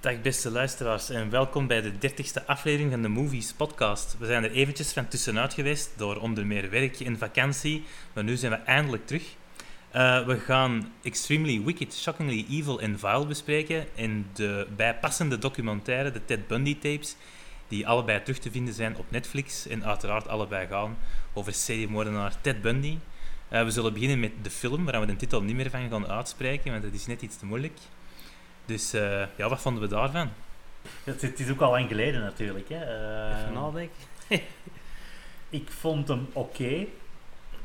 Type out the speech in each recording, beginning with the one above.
Dag beste luisteraars en welkom bij de 30ste aflevering van de Movies podcast. We zijn er eventjes van tussenuit geweest door onder meer werk en vakantie, maar nu zijn we eindelijk terug. Eh, we gaan Extremely Wicked, Shockingly Evil en Vile bespreken en de bijpassende documentaire, de Ted Bundy tapes, die allebei terug te vinden zijn op Netflix en uiteraard allebei gaan over seriemoordenaar Ted Bundy. Eh, we zullen beginnen met de film, waar we de titel niet meer van gaan uitspreken, want dat is net iets te moeilijk. Dus eh, ja, wat vonden we daarvan? Het, het is ook al lang geleden natuurlijk. Hè. Eh, Even nadenken. ik vond hem oké.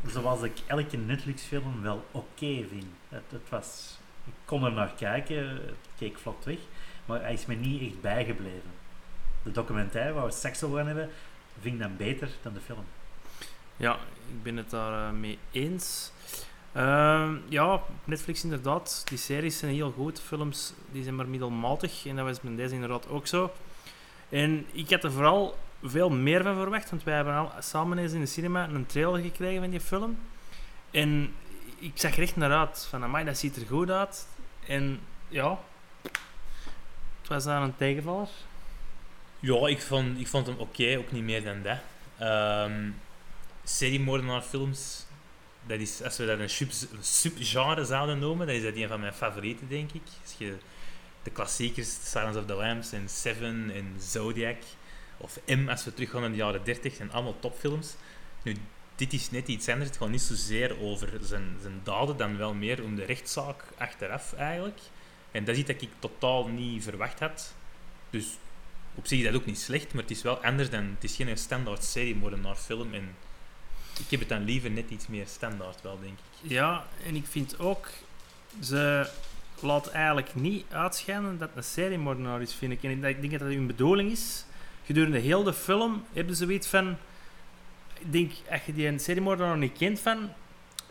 zoals ik elke Netflix-film wel oké vind. Het, het was, ik kon er naar kijken, het keek vlot weg. Maar hij is me niet echt bijgebleven. De documentaire waar we seks over gaan hebben, vind ik dan beter dan de film. Ja, ik ben het daarmee mee eens. Ehm, ja, Netflix inderdaad. Die series zijn heel goed. Films die zijn maar middelmatig. En dat was met deze inderdaad ook zo. En ik had er vooral veel meer van verwacht. Want wij hebben al samen eens in de cinema een trailer gekregen van die film. En ik zag er echt naar uit. Van, amai, dat ziet er goed uit. En ja... Het was daar een tegenvaller. Ja, ik vond, ik vond hem oké, ook niet meer dan dat. Ehm seriemoordenaarfilms, dat is, als we dat een sub- subgenre zouden noemen, dan is dat een van mijn favorieten, denk ik. Als je de klassiekers, Silence of the Lambs en Seven en Zodiac, of M, als we teruggaan in de jaren 30, zijn allemaal topfilms. Nu, dit is net iets anders. Het gaat niet zozeer over zijn, zijn daden, dan wel meer om de rechtszaak achteraf, eigenlijk. En dat is iets dat ik totaal niet verwacht had. Dus op zich is dat ook niet slecht, maar het is wel anders dan... Het is geen standaard serie, maar een naar film. En ik heb het dan liever net iets meer standaard wel, denk ik. Ja, en ik vind ook, ze laat eigenlijk niet uitschijnen dat het een seriemoordenaar is, vind ik. En ik denk- ik denk dat dat hun bedoeling is. Gedurende heel de film hebben ze zoiets van... Ik denk, als je die een seriemoordenaar niet kent van,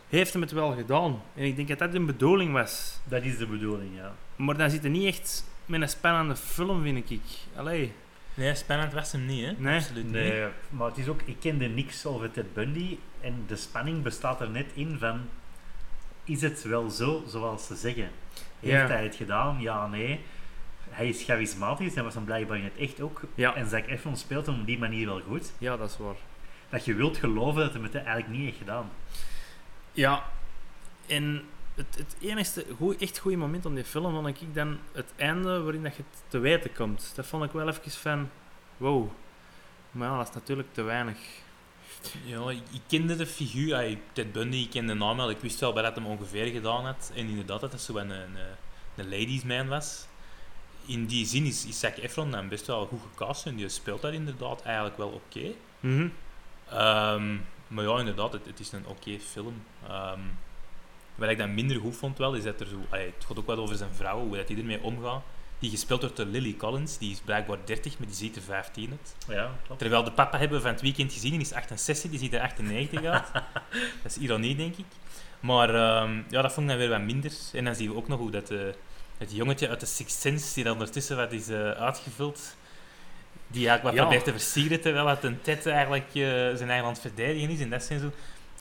heeft hem het wel gedaan. En ik denk dat dat hun bedoeling was. Dat is de bedoeling, ja. Maar dan zit er niet echt met een spannende film, vind ik. Allee. Nee, spannend was hem niet, hè? Nee. Absoluut niet. Nee, maar het is ook, ik kende niks over Ted Bundy en de spanning bestaat er net in van, is het wel zo zoals ze zeggen? Heeft Ja. hij het gedaan? Ja, nee. Hij is charismatisch en was hem blijkbaar in het echt ook. Ja. En Zac Efron speelt hem op die manier wel goed. Ja, dat is waar. Dat je wilt geloven dat hij het eigenlijk niet heeft gedaan. Ja, en het, het enige goe- echt goede moment om die film vond ik dan het einde waarin dat je het te weten komt. Dat vond ik wel even van, wow. Maar ja, dat is natuurlijk te weinig. Ja, ik, ik kende de figuur, ah, ik- Ted Bundy, ik kende de naam wel, ik wist wel wat dat hem ongeveer gedaan had. En inderdaad, dat dat zo een, een, een ladiesman was. In die zin is, is Zac Efron dan best wel goed gecast en die speelt dat inderdaad eigenlijk wel oké. Mhm. Ehm, maar ja, inderdaad, het, het is een oké film. Ehm, wat ik dan minder goed vond wel, is dat er zo... allee, het gaat ook wel over zijn vrouw, hoe dat hij ermee omgaat. Die gespeeld wordt door Lily Collins, die is blijkbaar 30, maar die ziet er 15 uit. Ja, klopt. Terwijl de papa hebben we van het weekend gezien, die is 68, die ziet er 98 uit. dat is ironie, denk ik. Maar ehm, ja, dat vond ik dan weer wat minder. En dan zien we ook nog hoe dat eh, het jongetje uit de Sixth Sense, die dan ondertussen wat is eh, uitgevuld, die eigenlijk wat Ja. probeert te versieren, terwijl het een tet eigenlijk eh, zijn eigen land verdedigen is. En dat zijn zo...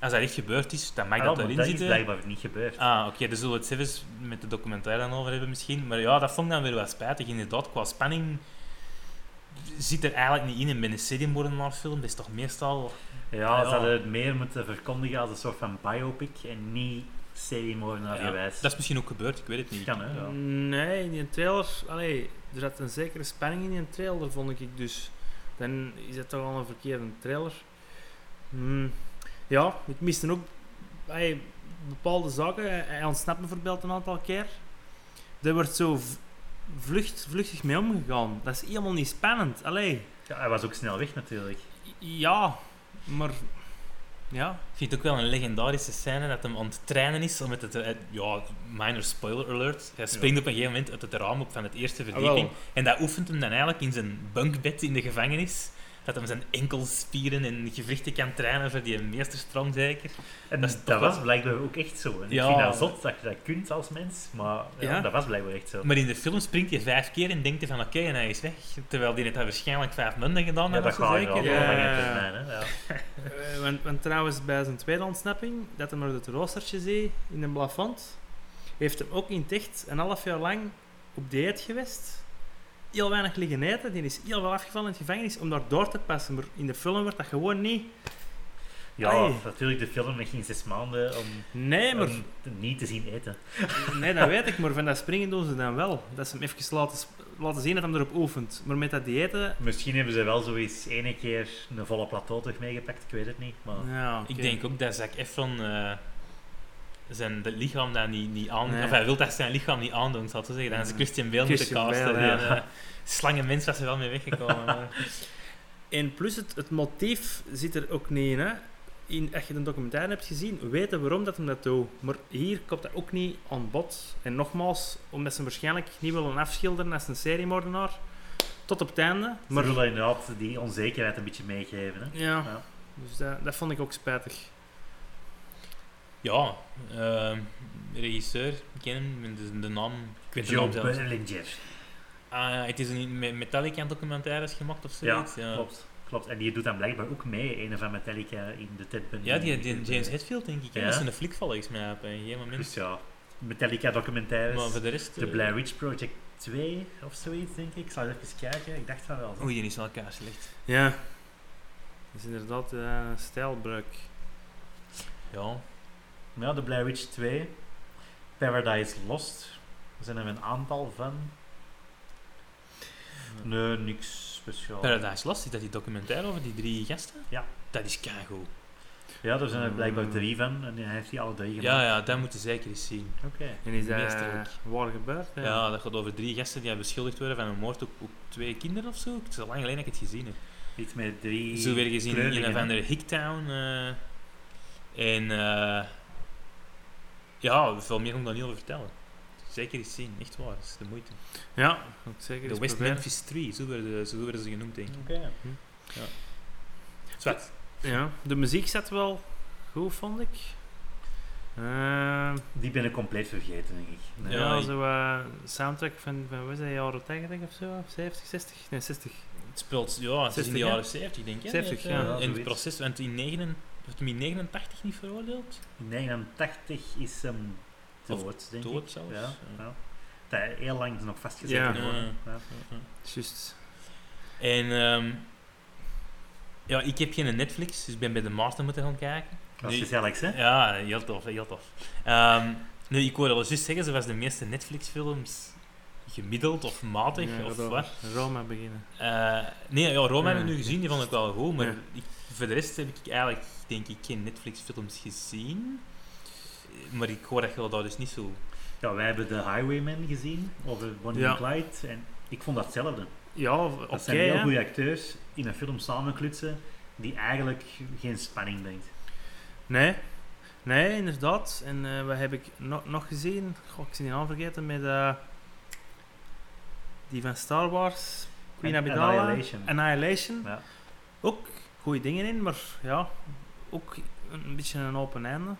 Als dat echt gebeurd is, dan mag Ah, dat maar erin dat is zitten. blijkbaar niet gebeurd. Ah, oké, daar zullen we het zelfs met de documentaire dan over hebben misschien. Maar ja, dat vond ik dan weer wel spijtig. Inderdaad, qua spanning zit er eigenlijk niet in. En bij een seriemoordenaar film is toch meestal... Ja, ze Ja. hadden het meer moeten verkondigen als een soort van biopic en niet seriemoordenaar Ja, gewijs. dat is misschien ook gebeurd, ik weet het niet. kan, hè? Ja. Nee, in die trailer, allee, er zat een zekere spanning in die trailer, vond ik dus. Dan is dat toch al een verkeerde trailer. Hmm. Ja, ik miste ook allee, bepaalde zaken. Hij- Hij ontsnapt bijvoorbeeld een aantal keer. Daar wordt zo v- vlucht, vluchtig mee omgegaan. Dat is helemaal niet spannend. Allee, Ja, hij was ook snel weg natuurlijk. ja, maar... Ja, Ik vind het ook wel een legendarische scène dat hem aan het trainen is. Omdat het, eh, ja, minor spoiler alert. Hij springt op een gegeven moment uit het raam op van het eerste verdieping. Ah, wel. en dat oefent hem dan eigenlijk in zijn bunkbed in de gevangenis. Dat hij zijn enkelspieren en gewrichten kan trainen voor die meesterstrong zeker. En Dat dat, is toch was wel- blijkbaar ook echt zo. En Ja. Ik vind dat zot dat je dat kunt als mens, maar ja, Ja. dat was blijkbaar echt zo. Maar in de film springt hij vijf keer en denkt hij van oké, en hij is weg. Terwijl die het had waarschijnlijk vijf munden gedaan Ja, had dat of zo gaat er al zeker. wel Ja. van je termijn, hè. Ja. Eh, want, want trouwens, bij zijn tweede ontsnapping, dat hij naar het roostertje zee in een plafond, heeft hem ook in ticht een half jaar lang op dieet geweest. Heel weinig liggen eten, die is heel wel afgevallen in het gevangenis om daar door te passen. Maar in de film wordt dat gewoon niet. Ja, Ai. natuurlijk, de film met geen zes maanden om, Nee, maar, om te- niet te zien eten. Eh, nee, dat weet ik, maar van dat springen doen ze dan wel. Dat ze hem even laten, sp- laten zien dat hij erop oefent. Maar met dat diëten. Misschien hebben ze wel zoiets ene keer een volle plateau terug meegepakt, ik weet het niet. Maar Ja, oké. Ik denk ook dat Zac Efron eh, zijn de lichaam daar niet, niet aan... Nee. Of hij wil dat zijn lichaam niet aandoen, zal ik zo zeggen. Dan is Mm. Ja. Christian Bale moeten Christian casten. Bale, ja. En, eh, slangenmens was er wel mee weggekomen. maar- En plus het, het motief zit er ook niet in. Hè. in als je de documentaire hebt gezien, weten waarom dat hem dat doet. Maar hier komt dat ook niet aan bod. En nogmaals, omdat ze hem waarschijnlijk niet willen afschilderen als een seriemoordenaar. Tot op het einde. maar Maar, ze willen inderdaad die onzekerheid een beetje meegeven. Hè. ja, Ja. dus dat, dat vond ik ook spijtig. ja, ehm, regisseur, ik ken hem, de, de naam... Ik weet de Joe naam zelfs. Bellinger. Ah, ja, het is een met Metallica documentaires gemaakt of Ja, zoiets. Ja, klopt, klopt. En die doet dan blijkbaar ook mee, een van Metallica in de Ted Bundy. Ja, die, die James Hetfield, denk ik. hè. Ja. Dat is een flik volgens mij op een gegeven moment. Dus ja, Metallica documentaires. Maar voor de rest... De eh, Blair Witch Project 2 of zoiets, denk ik. Ik zal even kijken. Ik dacht van wel. Oei, die is wel elkaar slecht. Ja. Dat is inderdaad eh stijlbreuk. Ja. Ja, de Blair Witch 2. Paradise Lost. Er zijn er een aantal van. Nee, niks speciaal. Paradise Lost, is dat die documentaire over die drie gasten? Ja. Dat is keigoed. Ja, er zijn er blijkbaar Hmm. drie van en hij heeft die alle drie Ja, gemaakt. ja, dat moet je zeker eens zien. Oké. En is dat Meesterlijk. waar gebeurd? Ja. dat gaat over drie gasten die beschuldigd worden van een moord op, op twee kinderen of zo. Het is al lang geleden dat ik het gezien heb. Iets met drie. Zo weer gezien in een kleurlingen, of hè? andere Hicktown. eh, en eh, ja, veel meer om dat niet over te vertellen. Zeker eens zien, echt waar. Dat is de moeite. Ja, dat moet ik zeker. De eens West proberen. Memphis 3, zo werden, zo werden ze genoemd, denk ik. Oké. Zwart. Ja, de muziek zat wel goed, vond ik. Ehm, Die ben ik compleet vergeten, denk ik. Nee. Ja, Ja, ik- zo eh, soundtrack van, van wat is dat, jaren 80 of zo? Of 70, 60? Nee, 60. Het speelt, ja, het is in 60, de hè? jaren 70, denk ik. hè, 70, dat, ja. eh, Ja, In het zoiets. proces, want in 89 werd hem in 89 niet veroordeeld? In 89 is hem Of dood, denk ik. Dood zelfs. Ja, Ja. ja. Dat hij heel lang nog vastgezeten Ja. worden. Ja. Juist. En ehm, ja, ik heb geen Netflix, dus ik ben bij de Maarten moeten gaan kijken. Dat Nu- is gezellig, hè? Ja, heel tof, heel tof. Ehm, nu, ik hoorde al juist zeggen, ze was de meeste Netflix-films gemiddeld of matig Ja, of Ro- wat. Roma beginnen. Eh, nee, ja, Rome Ja. hebben we nu gezien, die vond ik wel goed, maar Ja. ik- voor de rest heb ik eigenlijk, denk ik, geen Netflix-films gezien. Eh, Maar ik hoor dat je dat dus niet zo... Ja, wij hebben de Highwayman gezien, over Bonnie Ja. and Clyde. En ik vond dat hetzelfde. Ja, v- Dat oké. zijn heel hè. goede acteurs in een film samenklutsen die eigenlijk geen spanning brengt. nee. nee, inderdaad. En eh, wat heb ik no- nog gezien? Goh, ik zie die naam vergeten met eh, die van Star Wars, Queen En- Amidala, Annihilation. Annihilation. Ja. Ook goede dingen in, maar ja, ook een, een beetje een open einde.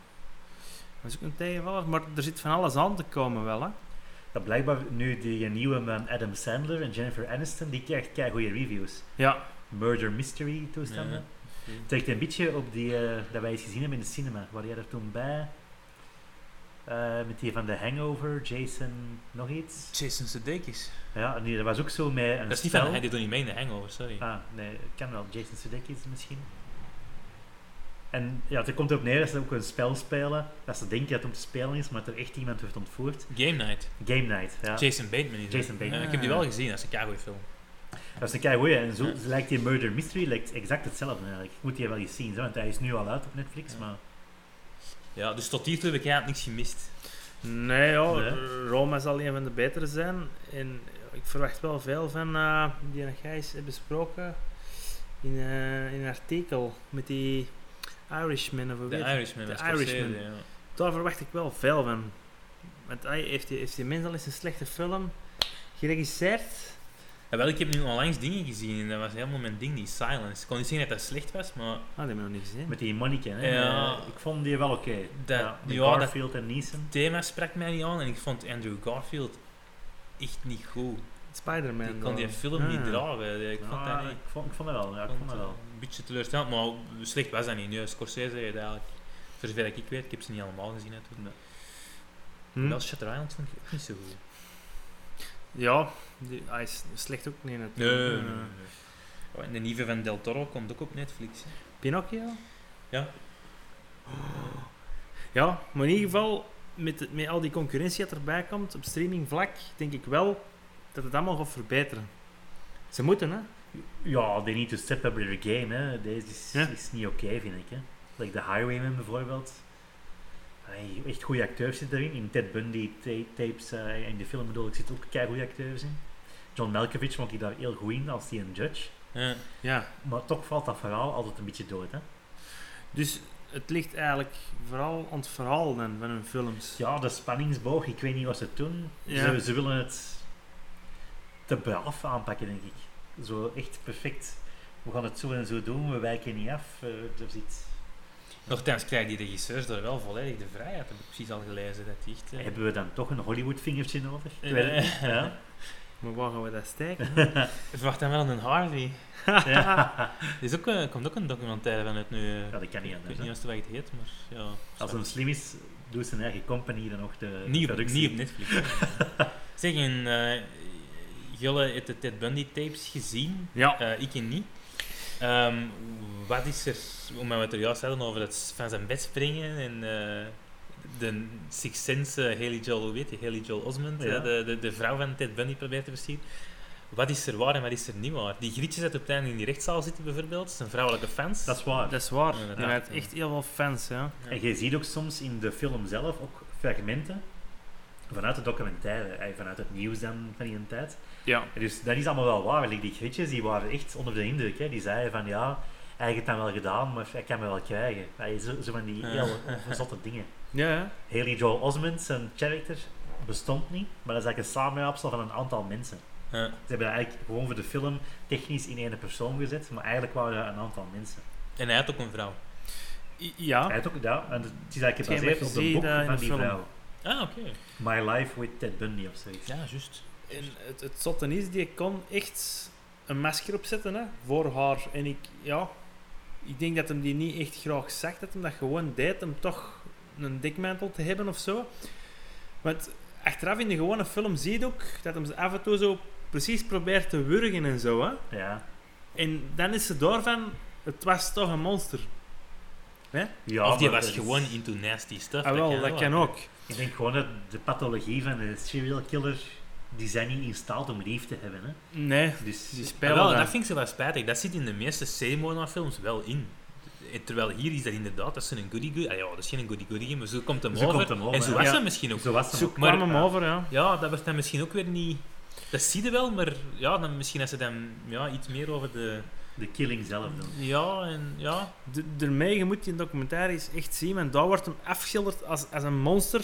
Dat is ook een tegenvaller, maar er zit van alles aan te komen wel, hè. Dat blijkbaar nu die nieuwe man Adam Sandler en Jennifer Aniston, die krijgt kei goede reviews. Ja, Murder mystery toestanden. Ja. Het lijkt een beetje op die eh, dat wij eens gezien hebben in de cinema. Waar jij er toen bij? eh, met die van The Hangover, Jason, nog iets. Jason Sudeikis. Ja, nee, dat was ook zo met een Dat is niet spel. van, hij deed toch niet mee in de Hangover, sorry. Ah, nee, ik ken wel. Jason Sudeikis misschien. En ja, het komt erop neer dat ze ook een spel spelen. Dat ze denken dat het om te spelen is, maar dat er echt iemand wordt ontvoerd. Game Night. Game Night, ja. Jason Bateman is dat. Jason Bateman. Eh, ik heb die wel gezien, dat is een keigoed film. Dat is een keigoeie. En zo Ja. ze lijkt die Murder Mystery lijkt exact hetzelfde eigenlijk. Moet je wel eens zien, zo, want hij is nu al uit op Netflix, Ja. maar... Ja, dus tot hiertoe heb ik eigenlijk niks gemist. Nee, ja, Nee. R- Roma zal een van de betere zijn. En ik verwacht wel veel van eh, die dat jij eens hebt besproken in, eh, in een artikel met die Irishman of hoe De heet het? Irishman. De was Scorsese, Irishman. ja. Daar verwacht ik wel veel van. Want hij heeft die, heeft die mens al eens een slechte film geregisseerd? En wel, ik heb nu onlangs dingen gezien en dat was helemaal mijn ding, die Silence. Ik kon niet zeggen dat dat slecht was, maar Ah, dat heb ik nog niet gezien. Met die manneken, hè. Ja. Eh, ik vond die wel oké. Dat- Ja, met ja, dat- Garfield en Neeson. het thema sprak mij niet aan en ik vond Andrew Garfield echt niet goed. Spider-Man. Ik dan. kon die film Ah. niet dragen. Ik vond dat Ah, niet. ik, vond, ik vond dat wel, ja, ik vond dat wel. Een beetje teleurstellend, maar slecht was dat niet. Nu, Scorsese heeft eigenlijk, voor zover ik weet, ik heb ze niet allemaal gezien natuurlijk. Nee. Hm? Wel, Shutter Island vond ik ook niet zo goed. Ja, die, hij is slecht ook niet natuurlijk. Eh, Oh, en de nieuwe van Del Toro komt ook op Netflix. hè. Pinocchio? Ja. Ja, maar in ieder geval, met, het- met al die concurrentie dat erbij komt op streamingvlak, denk ik wel dat het allemaal gaat verbeteren. Ze moeten, hè? Ja, they need to step up their game, hè. Deze is, Ja. is niet oké, vind ik, hè. Like The Highwayman bijvoorbeeld. Ai, echt goede acteurs zitten daarin. In Ted Bundy ta- tapes eh, in de film bedoel ik zitten ook goede acteurs in. John Malkovich vond hij daar heel goed in als die een judge. Ja. Ja. Maar toch valt dat verhaal altijd een beetje dood, hè. Dus het ligt eigenlijk vooral aan het verhaal dan van hun films. Ja, de spanningsboog, ik weet niet wat ze doen. Ja. Ze, ze willen het te braaf aanpakken, denk ik. Zo echt perfect. We gaan het zo en zo doen, we wijken niet af. eh, er zit... Nochtans krijgen die regisseurs daar wel volledig de vrijheid. Dat heb ik precies al gelezen. Dat die echt, eh, Hebben we dan toch een Hollywood-vingertje nodig? eh, Ik weet het niet. Ja. Maar waar gaan we dat steken? Verwacht dan wel een Harvey. Ja. Er is ook, eh, komt ook een documentaire van het nu. eh. Ja, dat kan niet ik weet anders. niet hè. eens wat het heet, maar ja. Als een slim is, doet zijn eigen company dan nog de Niet op, niet productie. op Netflix. zeg, en, eh, Julle heeft de Ted Bundy tapes gezien. Ja. Eh, ik niet. Ehm, wat is er, omdat we het er juist hadden over het van zijn bed springen en eh, de Six Sense eh, Haley Joel, weet je, Haley Joel Osment, Ja. eh, de, de, de vrouw van Ted Bundy probeert te versieren. Wat is er waar en wat is er niet waar? Die grietjes dat op het einde in die rechtszaal zitten bijvoorbeeld, zijn vrouwelijke fans. Dat is waar. Dat is waar. Ja, dat- Hij heeft ja. echt heel veel fans, ja. Ja. En je ziet ook soms in de film zelf ook fragmenten vanuit de documentaire, eh, vanuit het nieuws dan van die tijd. Ja. En Dus dat is allemaal wel waar. Like, die grietjes die waren echt onder de indruk. Hè. Die zeiden van ja, hij heeft het dan wel gedaan, maar hij kan me wel krijgen. Hij, zo, zo van die Ja. heel verzotte dingen. Ja, ja. Haley Joel Osment, zijn character, bestond niet, maar dat is eigenlijk een samenraapsel van een aantal mensen. Ja. Ze hebben dat eigenlijk gewoon voor de film technisch in één persoon gezet, maar eigenlijk waren er een aantal mensen. En hij had ook een vrouw. I- Hij Ja. had ook, ja, en het is eigenlijk Ah. Hetgeen gebaseerd wat op je de ziet, boek eh, in van de die film. vrouw. Ah, oké. My Life with Ted Bundy of zoiets. Ja, juist. En het, het zotte is, die kon echt een masker opzetten, hè, voor haar. En ik, ja... Ik denk dat hem die niet echt graag zag, dat hem dat gewoon deed, om toch een dikmantel te hebben of zo. Want achteraf in de gewone film zie je ook dat hem ze af en toe zo precies probeert te wurgen en zo, hè. Ja, En dan is ze door van, het was toch een monster. ja of die maar was dat is- gewoon into nasty stuff. ah, wel, dat ook. kan ook. Ik denk gewoon dat de pathologie van de serial killer, die zijn niet in staat om lief te hebben. Hè. Nee, Dus die Ja, spelen Ah, wel, dan. dat vind ik zo wel spijtig. Dat zit in de meeste Seymour-films wel in. Eh, Terwijl hier is dat inderdaad, dat is een goody goody. Ah, ja, dat is geen goody goody, maar zo komt hem Zo over. komt hem over, en zo ja. was Ja. dat misschien ook. zo was het Ze ook. ah. maar- kwamen hem over, ja. Ja, dat werd dan misschien ook weer niet. Dat zie je wel, maar ja, dan misschien als ze dan ja, iets meer over de. eh, De killing zelf dan. Ja, en ja. De- Daarmee, je moet die documentaire eens echt zien. En daar wordt hem afgeschilderd als, als een monster.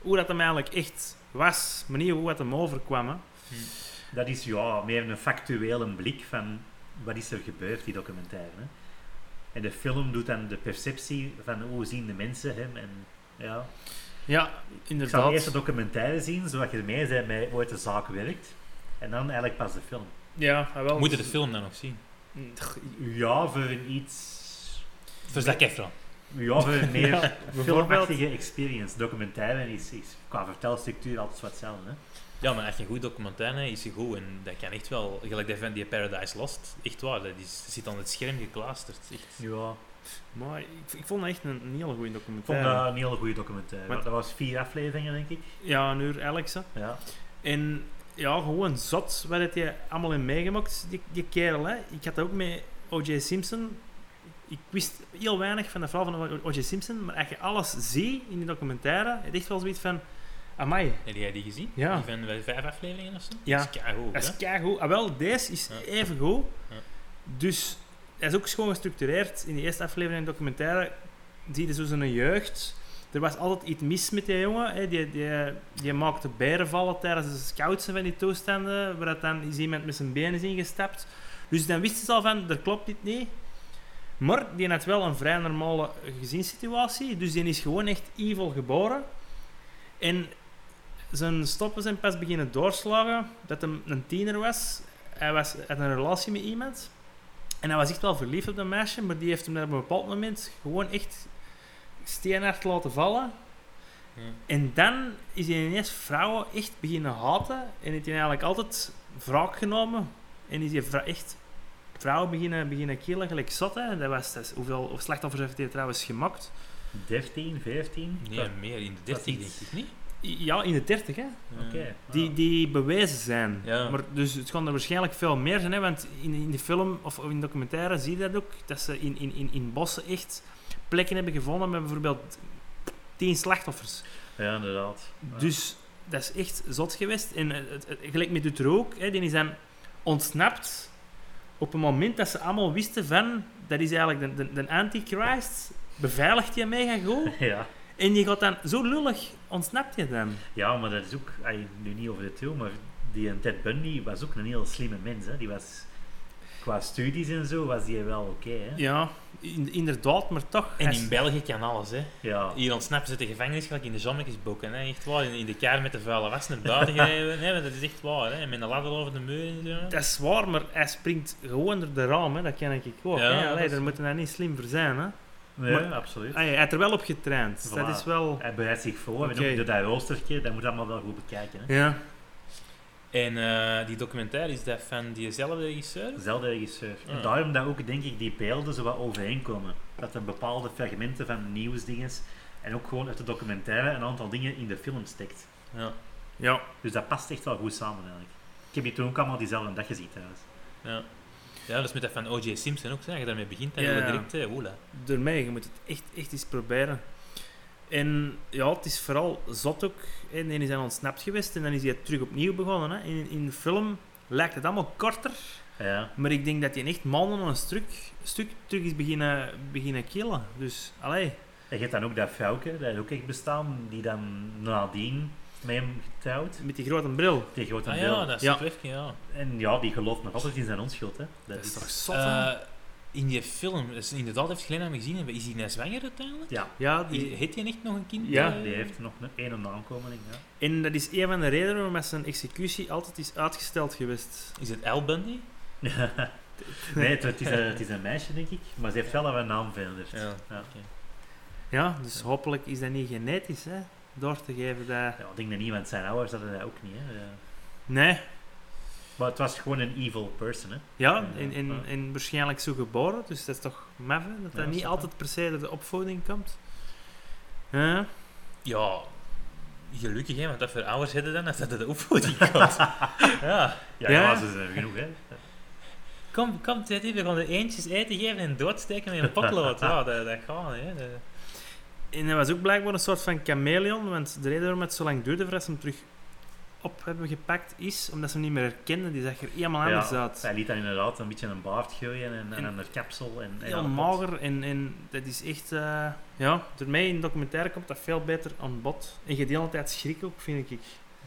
Hoe dat hem eigenlijk echt was. Maar niet hoe dat hem overkwam, hè. Dat is ja, meer een factuele blik van wat is er gebeurd, die documentaire. Hè. En de film doet dan de perceptie van hoe zien de mensen hem. En, ja. Ja, Ik zal inderdaad. eerst de documentaire zien, zodat je mee bent met hoe het de zaak werkt. En dan eigenlijk pas de film. Ja, ah, wel. Mm. Moet je de film dan nog zien? Ja, voor een iets... Voor Zac Efron. Ja, voor een meer Ja, bijvoorbeeld. filmachtige experience. Documentaire is, is qua vertelstructuur altijd wat hetzelfde. Hè. Ja, maar als je een goed documentaire hebt, is je goed. En dat kan echt wel. Gelijk die van die Paradise Lost. Echt waar, dat is, dat zit aan het scherm geklaasterd. Echt. Ja, Maar ik, ik vond dat echt een, een heel goede ik vond documentaire. eh, dat een hele goede documentaire. Maar- Dat was vier afleveringen, denk ik. Ja, een uur Alexa. Ja. En ja, gewoon zot wat het je allemaal in meegemaakt, die, die kerel. Hè. Ik had dat ook met O.J. Simpson. Ik wist heel weinig van de verhaal van O.J. Simpson, maar als je alles ziet in die documentaire, het is echt wel zoiets van, amai, Heb jij die gezien? Ja. Die van eh, vijf afleveringen of zo? Ja. Dat is keigoed, dat hè? is keigoed. Ah, wel, deze is Ja. even goed. Ja. Dus dat is ook schoon gestructureerd. In de eerste aflevering van de documentaire zie je zo zijn jeugd. Er was altijd iets mis met die jongen. Hè. Die, die, die maakte beren vallen tijdens de scoutsen van die toestanden. Waar dat dan is iemand met zijn benen is ingestapt. Dus dan wisten ze al van, er klopt dit niet. Maar die had wel een vrij normale gezinssituatie. Dus die is gewoon echt evil geboren. En zijn stoppen zijn pas beginnen doorslagen dat hij een tiener was. Hij was, had een relatie met iemand. En hij was echt wel verliefd op dat meisje, maar die heeft hem op een bepaald moment gewoon echt steenhard laten vallen. Ja. En dan is hij ineens vrouwen echt beginnen haten en heeft hij eigenlijk altijd wraak genomen. En is hij vra- echt vrouwen beginnen, beginnen killen, gelijk zat. Hè. Dat was, dat is- hoeveel slachtoffers heeft hij trouwens gemaakt? 13, 14? Nee, meer. In de Dat 30 is denk iets. ik niet. I- Ja, in de 30 hè. Oké. die, die bewezen zijn. Ja. Maar, dus het kan er waarschijnlijk veel meer zijn, hè, want in, in de film of in de documentaire zie je dat ook, dat ze in, in, in, in bossen echt plekken hebben gevonden met bijvoorbeeld tien slachtoffers. Ja, inderdaad. Ja. Dus dat is echt zot geweest. En eh, het, het- gelijk met Dutroux ook, hè, die zijn ontsnapt op het moment dat ze allemaal wisten van, dat is eigenlijk de, de, de antichrist, beveiligt je mega goed. Ja. En je gaat dan, zo lullig, ontsnapt je dan. ja, maar dat is ook, ay, nu niet over de teel, maar die eh, Ted Bundy was ook een heel slimme mens. Hè. Die was, qua studies en zo, was die wel oké. hè. ja. Ja, in- inderdaad, maar toch. En als- in België kan alles, hè. Ja. Hier ontsnappen ze de gevangenis, gelijk in de Jammerkesboeken, hè. Echt waar, in, in de kamer met de vuile was naar buiten gereden, hè. want Dat is echt waar, hè. Met een ladder over de muur en zo. Dat is waar, maar hij springt gewoon door de raam, hè. dat ken ik ook. Ja, dat hè. Allee, is daar goed. moet hij niet slim voor zijn. Hè. Maar- absoluut. Hij hij heeft er wel op getraind, dus dat Voilà. is wel... Hij bereidt zich voor. En Oké. ook door dat roostertje, dat moet allemaal wel goed bekijken. Hè. Ja, En eh, die documentaire is dat van diezelfde regisseur? Zelfde regisseur. En Ja. daarom dat ook, denk ik, die beelden zo wat overeenkomen. Dat er bepaalde fragmenten van nieuwsdingen en ook gewoon uit de documentaire een aantal dingen in de film steekt. Ja. ja. Dus dat past echt wel goed samen eigenlijk. Ik heb die toen ook allemaal diezelfde dag gezien trouwens. Ja. Ja, dat is met dat van O.J. Simpson ook. hè. Als je daarmee begint, dan Ja, wil je ja. direct... eh, oela. door mij, je moet het echt, echt eens proberen. En ja, het is vooral zot ook. hè. En die zijn ontsnapt geweest en dan is hij terug opnieuw begonnen. Hè. In, in de film lijkt het allemaal korter, Ja. maar ik denk dat hij echt maanden aan een stuk, stuk terug is beginnen, beginnen killen. Dus, allee. En je hebt dan ook dat vrouwke, dat ook echt bestaan, die dan nadien met hem getrouwd. Met die grote bril. Die grote Ah bril. ja, dat is Ja. het werkje, ja. En ja, die gelooft nog altijd in zijn onschuld. Hè. Dat, Dat is is toch zot, hè? Eh, in die film, dus inderdaad, heeft Glenn hem gezien. en Is hij nou zwanger uiteindelijk? Ja, Ja, Is- die, Heeft hij echt nog een kind? Ja. eh? die heeft nog een, een een aankomeling. Ja. En dat is een van de redenen waarom zijn executie altijd is uitgesteld geweest. Is het Al Bundy? nee, het, het is een, het is een meisje, denk ik. Maar ze heeft wel een naam veranderd. Ja. Ja. Ja, dus hopelijk is dat niet genetisch, hè? Door te geven dat. Ja, ik denk dat niemand zijn ouders hadden dat ook niet. Hè. Ja. Nee, Maar het was gewoon een evil person. Hè. ja, en, en, en waarschijnlijk zo geboren, dus dat is toch maf, hè, dat dat Ja, niet zot, altijd per se door de opvoeding komt. Huh? Ja, gelukkig, hè, want dat voor ouders hadden dan, dat hadden de opvoeding gehad. ja. Ja, Ja. ja. ze zijn genoeg. Hè. Kom, kom, zet even, we gaan de eentjes eten geven en doodsteken met een potlood. Ja, dat, dat gaat, hè. Dat- En dat was ook blijkbaar een soort van chameleon, want de reden waarom het zo lang duurde voordat ze hem terug op hebben gepakt is omdat ze hem niet meer herkenden. Die zag er helemaal Ja, anders uit. Hij liet dan inderdaad een beetje een baard groeien en, en, En- een kapsel. En, en heel een pot. mager en, en dat is echt... eh, ja, door mij in de documentaire komt dat veel beter aan bod. En je deelt altijd schrik ook, vind ik.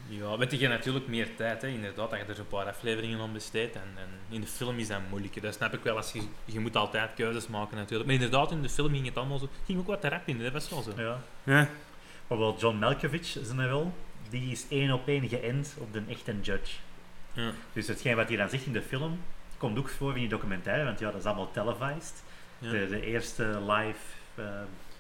Ja, weet je, je hebt natuurlijk meer tijd, hè. inderdaad, dat je er zo'n paar afleveringen aan besteedt. En, en in de film is dat moeilijker, dat snap ik wel. Als je, je moet altijd keuzes maken natuurlijk. Maar inderdaad, in de film ging het allemaal zo. ging ook wat te rap in, dat was wel zo. Ja. Ja, Bijvoorbeeld John Malkovich, zijn rol, die is één op één geënt op de echte judge. Ja. Dus hetgeen wat hij dan zegt in de film, komt ook voor in die documentaire, want ja, dat is allemaal televised. Ja. De, de eerste live eh,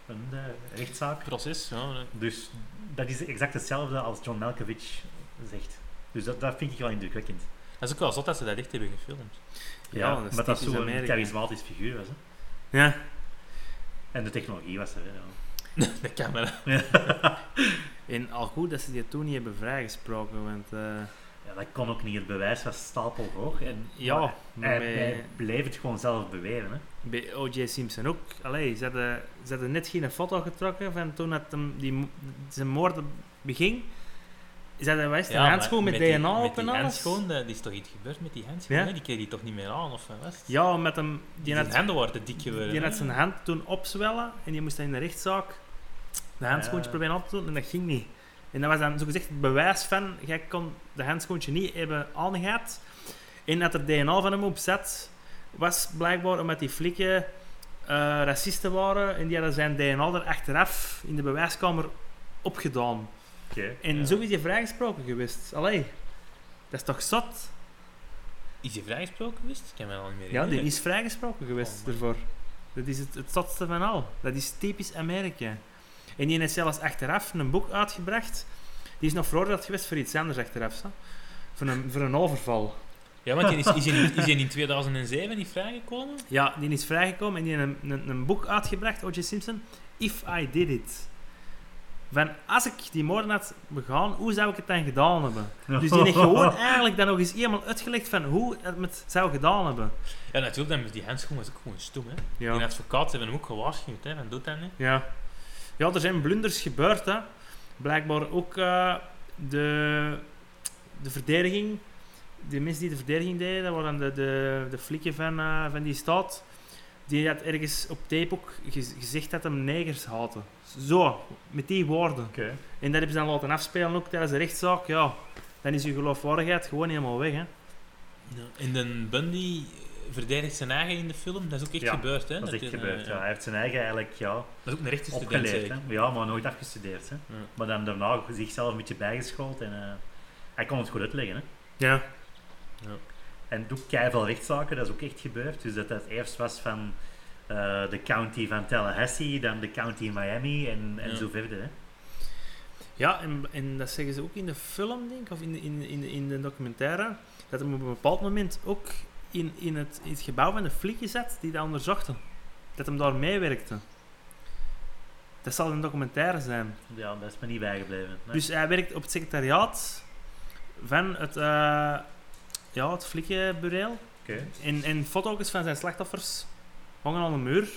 een, eh, rechtszaak. Proces, ja. Dus dat is exact hetzelfde als John Malkovich zegt. Dus dat, dat vind ik wel indrukwekkend. Dat is ook wel zot dat ze dat echt hebben gefilmd. Ja, dat is maar dat typisch zo'n Amerika. charismatisch figuur was. Hè? ja. En de technologie was er. hè, ja. de camera. En al goed dat ze die toen niet hebben vrijgesproken, want... eh, Ja, dat kon ook niet. Het bewijs was stapelhoog. En, ja, maar maar hij, bij, hij bleef het gewoon zelf beweren. Hè? bij O.J. Simpson ook. Allee, ze hadden, ze hadden net geen foto getrokken van toen dat hem die, mo- zijn moord beging. Ze hadden wel eens een maar handschoen met, die- DNA met op en die alles. handschoen, dat is toch iets gebeurd met die handschoen? Ja. hè? Die kreeg die toch niet meer aan, of wat was het? Ja, met hem... Die Die had handen waren te dik geworden. Die hè? had zijn hand toen opzwellen en die moest dan in de rechtszaak de Ja. handschoentjes proberen aan te doen en dat ging niet. En dat was dan zogezegd het bewijs van, jij kon de handschoentje niet hebben aangehad. En dat er DNA van hem op zat, was blijkbaar omdat die flikken eh, racisten waren. En die hadden zijn DNA er achteraf in de bewijskamer opgedaan. Oké. En ja. zo is je vrijgesproken geweest. Allee, dat is toch zot? Is hij vrijgesproken geweest? Ik kan me al niet meer Ja, die herinneren. is vrijgesproken geweest Oh, man. ervoor. Dat is het, het zotste van al. Dat is typisch Amerika. En die heeft zelfs achteraf een boek uitgebracht. Die is nog veroordeeld geweest voor iets anders achteraf. Zo. Voor, een, voor een overval. Ja, want die is, is, hij, niet- is hij in 2007 niet vrijgekomen? Ja, die is vrijgekomen en die heeft een, een, een boek uitgebracht, O.J. Simpson. If I Did It. Van, als ik die moorden had begaan, hoe zou ik het dan gedaan hebben? Dus die heeft gewoon eigenlijk dan nog eens helemaal uitgelegd van hoe het met zou gedaan hebben. Ja, natuurlijk, dan is die handschoen was ook gewoon stom, hè. Die Ja. advocaat hebben hem ook gewaarschuwd, hè, van doet dat niet. ja. Ja, er zijn blunders gebeurd, hè. Blijkbaar ook eh, de, de verdediging. De mensen die de verdediging deden, dat waren de, de, de flikken van, eh, van die staat. Die had ergens op tape ook gez- gezegd dat hem negers haten. Zo, met die woorden. Oké. En dat hebben ze dan laten afspelen ook tijdens de rechtszaak. Ja, dan is je geloofwaardigheid gewoon helemaal weg, hè. En de Bundy verdedigt zijn eigen in de film, dat is ook echt Ja, gebeurd, hè. Dat is echt eh, gebeurd. ja. Ja. Hij heeft zijn eigen eigenlijk ja, Dat is ook een rechterstudent, opgeleerd. zeker. Hè? Ja, maar nooit afgestudeerd. Hè? Ja. Maar dan daarna zichzelf een beetje bijgeschoold. En, eh, hij kon het goed uitleggen. Hè? Ja. En doet keiveel rechtszaken, dat is ook echt gebeurd. Dus dat dat eerst was van eh, de county van Tallahassee, dan de county in Miami en, en Ja. zo verder. Hè? Ja, en, en dat zeggen ze ook in de film, denk ik, of in de, in, in, in de documentaire, dat hem op een bepaald moment ook in, in, het, in het gebouw van de flikken zat die dat onderzochten. Dat hem daar meewerkte. Dat zal een documentaire zijn. Ja, dat is me niet bijgebleven. Nee. Dus hij werkt op het secretariaat van het, eh ja, het flikkenbureau. Oké. En, en foto's van zijn slachtoffers hangen aan de muur.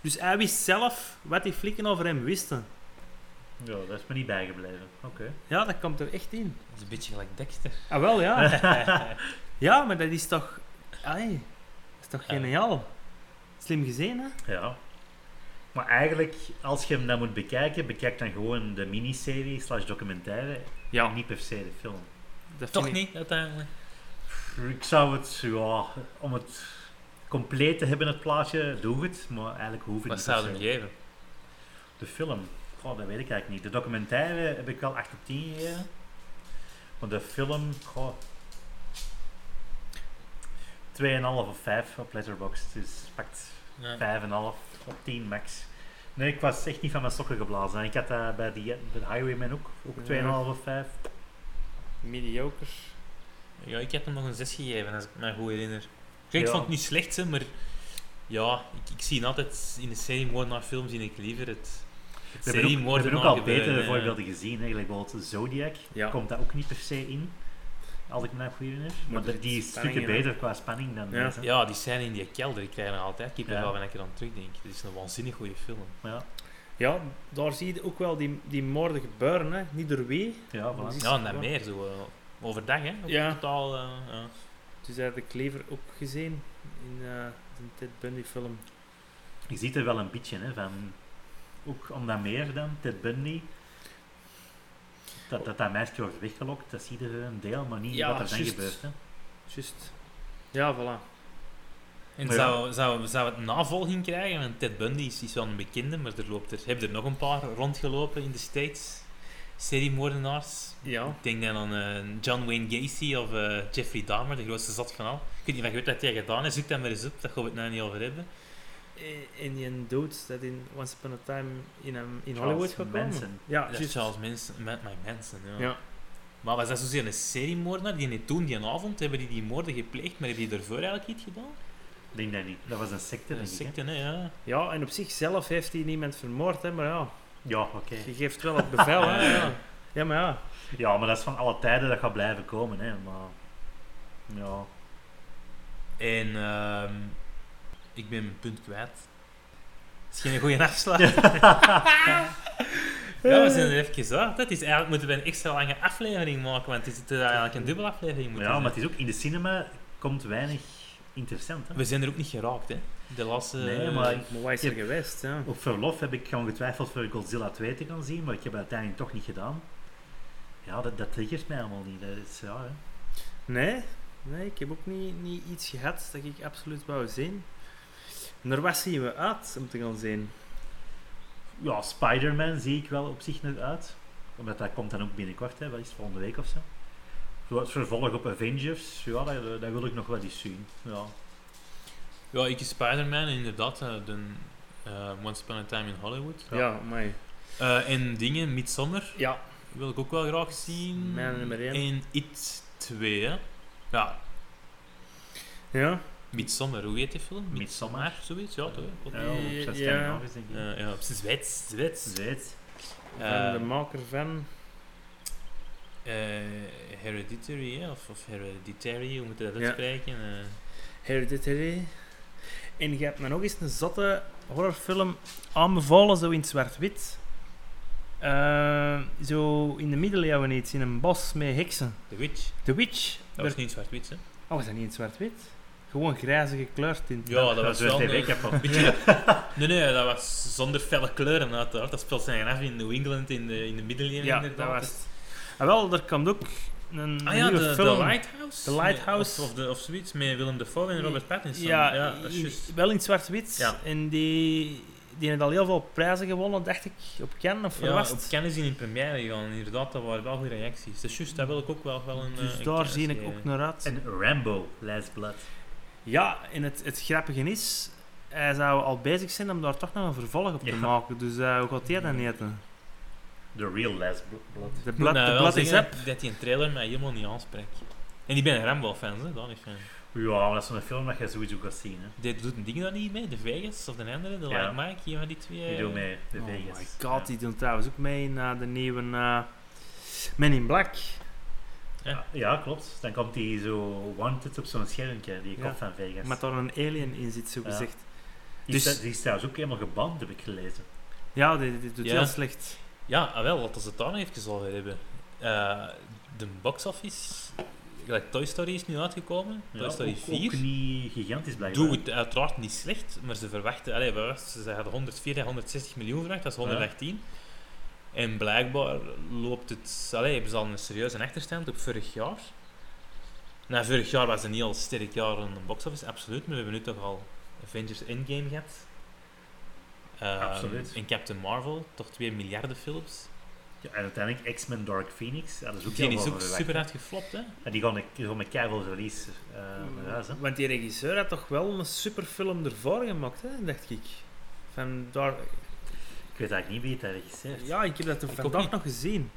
Dus hij wist zelf wat die flikken over hem wisten. Ja, dat is me niet bijgebleven. Oké. Ja, dat komt er echt in. Dat is een beetje gelijk Dexter. Ah, wel ja. Ja, maar dat is toch... Ai, dat is toch Ja. geniaal. Slim gezien, hè? Ja. Maar eigenlijk, als je hem dan moet bekijken, bekijk dan gewoon de miniserie slash documentaire. En niet per se de film. Dat Toch vind ik- niet, uiteindelijk. Ik zou het, ja, om het compleet te hebben, het plaatje, doe het. Maar eigenlijk hoef ik Wat niet zou per hem se. geven? De film, goh, dat weet ik eigenlijk niet. De documentaire heb ik wel 8 op 10 gegeven. Maar de film, goh. 2,5 of 5 op Letterboxd. Dus pakt Ja. 5,5 op 10 max. Nee, ik was echt niet van mijn sokken geblazen. En ik had dat bij, die, bij de Highwayman ook. Ook 2,5 of 5. Mediocre. Ja, ik heb hem nog een 6 gegeven, als ik me goed herinner. Ik Ja. vond het niet slecht, hè, maar ja, ik, ik zie altijd in de serie films zie ik liever het, het We hebben ook, we hebben ook seriemoordenaar al betere gebeuren, hè. voorbeelden gezien. Eigenlijk bijvoorbeeld Zodiac. eh. Ja. Komt daar ook niet per se in. Als ik me nou goed herinner. Maar er zit die is spanning stukken in, hè? beter qua spanning dan Ja. deze. Ja, die scène in die kelder, ik krijg er altijd kippenvel Ja. wel wanneer ik er aan terugdenk. Dit is een waanzinnig goede film. Ja, Ja, daar zie je ook wel die, die moorden gebeuren, hè? Niet door wie. ja, voilà. Is- Ja, en dat ja. meer, zo eh, overdag, hè. Ook Ja. Totaal, eh, ja. Dus hij had de Klever ook gezien in eh, de Ted Bundy film. Je ziet er wel een beetje hè, van. Ook om dat meer dan, Ted Bundy. Dat dat, dat meisje wordt weggelokt, dat zie je er een deel, maar niet Ja, wat er dan juist. gebeurt. Hè. Juist. Ja, voilà. En Ja. zou, zou, zou het navolging krijgen? Want Ted Bundy is, is wel een bekende, maar er, loopt er, hebben er nog een paar rondgelopen in de States. Seriemoordenaars. Ja. Ik denk dan aan eh, John Wayne Gacy of eh, Jeffrey Dahmer, de grootste zat van al. Ik weet niet of je weet wat hij gedaan heeft, zoek dat maar eens op, daar gaan we het nou niet over hebben. Eh, En die dood dat in Once Upon a Time in, ehm, in Charles Hollywood gekomen. Manson. Ja, Dat is juist. Charles Manson, Ma- Ma- Manson ja. Ja. Maar was dat zozeer een seriemoordenaar die net toen, die avond, hebben die die moorden gepleegd, maar hebben die daarvoor eigenlijk iets gedaan? Ik denk dat niet. Dat was een secte, Een denk ik. hè. secte, hè, ja. ja, en op zichzelf heeft hij niemand vermoord, hè? Maar ja, Ja, oké. je geeft wel het bevel, hè? Ja, ja maar ja. Ja, maar dat is van alle tijden, dat gaat blijven komen. Hè, maar ja, En ehm, ik ben mijn punt kwijt. Dat is geen goede afslag. ja, we zijn er even uit. Dat is eigenlijk moeten we een extra lange aflevering maken, want het is het zou eigenlijk een dubbele aflevering moeten ja maar zijn. het is ook in de cinema komt weinig interessant. Hè. We zijn er ook niet geraakt, hè? de laatste... Nee, maar ik- Maar wat is er geweest? Ja. Op verlof heb ik gewoon getwijfeld voor Godzilla 2 te gaan zien, maar ik heb het uiteindelijk toch niet gedaan. Ja, dat, dat triggert mij allemaal niet. Dat is, ja, hè. Nee, nee, ik heb ook niet, niet iets gehad dat ik absoluut wou zien. Naar wat zien we uit om te gaan zien? ja Spider-Man zie ik wel op zich nog uit. Omdat dat komt dan ook binnenkort, hè. Wat is het, volgende week of zo? Zo het vervolg op Avengers, ja, dat, dat wil ik nog wel eens zien. Ja. Ja, ik is Spider-Man inderdaad. eh, de, eh, Once Upon a Time in Hollywood. Ja. Ja, maar Eh, en dingen, Midsommar. Ja, Wil ik ook wel graag zien. Mijn nummer één. En It 2, hè. Ja, ja. Midsommar, hoe heet die film? Midsommar. zoiets, ja toch? hè? Ook- Ja, op zijn Ja. Scandinavisch, denk ik. Eh, ja, op zijn Zweeds. Zweeds. Zweeds. Van de Eh, maker van. eh, hereditary, hè? Of, of Hereditary, hoe moet je dat Ja. uitspreken? Eh, Hereditary. En je hebt me nog eens een zatte horrorfilm aanbevolen, zo in zwart-wit. Eh, zo in de middeleeuwen iets, in een bos met heksen. The Witch. The Witch. Dat was niet in zwart-wit, hè? Oh, was dat niet in zwart-wit? Gewoon grijzige kleurtint. Ja, dat was is wel... een een- eh, tv-kapot. beetje- Nee, nee, dat was zonder felle kleuren uiteraard. Dat speelt zich af in New England in de, in de middeleeuwen Ja, dat inderdaad. was het. Ah, wel, er komt ook een Ah ja, nieuwe de, film. de Lighthouse. De Lighthouse. Nee, Of, of, de, of zoiets, met Willem Dafoe en Robert Pattinson. Ja, dat is in- juist. wel in zwart-wit. Ja. En die, die heeft al heel veel prijzen gewonnen, dacht ik, op Cannes of Ja, wat was op het? kennis in première gegaan. Inderdaad, dat waren wel goede reacties. Dus juist, dat wil ik ook wel, wel een... eh, Dus een daar kennis zie ik geven. ook naar uit. En Rambo, Last Blood. Ja, en het, het grappige is, hij zou al bezig zijn om daar toch nog een vervolg op te Ja. maken. Dus eh, hoe gaat hij dan eten? The real Last Bl- Blood. De Ik moet blad, nou de wel blad is zeggen up. dat die trailer mij helemaal niet aanspreekt. En ik ben een Rambo-fan, hè. Dat niet fan. Ja, maar dat is zo'n film dat je sowieso gaat zien. Hè. Dit doet een ding dat niet mee. De Vegas of de andere, de Ja. Like Mike. Hier van die twee... Die eh, doen mee, de Oh Vegas. my Ja. god, die doen trouwens ook mee naar de nieuwe eh Men in Black. Ja. klopt. Dan komt die zo wanted op zo'n schermpje, die Ja. kop van Vegas. Met daar een alien in zit, zo Ja. gezegd. die, is dus- tru- die is trouwens ook helemaal geband, heb ik gelezen. Ja, die, die doet Ja. heel slecht. Ja, ah wel, laten we het daar nog even over hebben. Eh, de box office, gelijk Toy Story is nu uitgekomen, Ja, Toy Story ook, 4. ook niet gigantisch blijkbaar. Doe het uiteraard niet slecht, maar ze verwachten, allee, wat was het? ze hadden 140, 160 miljoen verwacht, dat is 118. En blijkbaar loopt het, allee, hebben ze al een serieuze achterstand op vorig jaar. Nou, vorig jaar was een heel sterk jaar aan de box office, absoluut, maar we hebben nu toch al Avengers Endgame gehad. Ehm, Absoluut. En Captain Marvel, toch 2 miljarden films. Ja, en uiteindelijk X-Men Dark Phoenix, ja, dat is ook Die heel is veel ook verwacht. super hard geflopt, hè? En die gaan ik- die gaan met keiveel release eh, Mm. naar huis, hè. Want die regisseur had toch wel een superfilm ervoor gemaakt, hè, dacht ik. Van daar... Ik weet eigenlijk niet wie het daar regisseert. Ja, ik heb dat toch ook vandaag niet. nog gezien.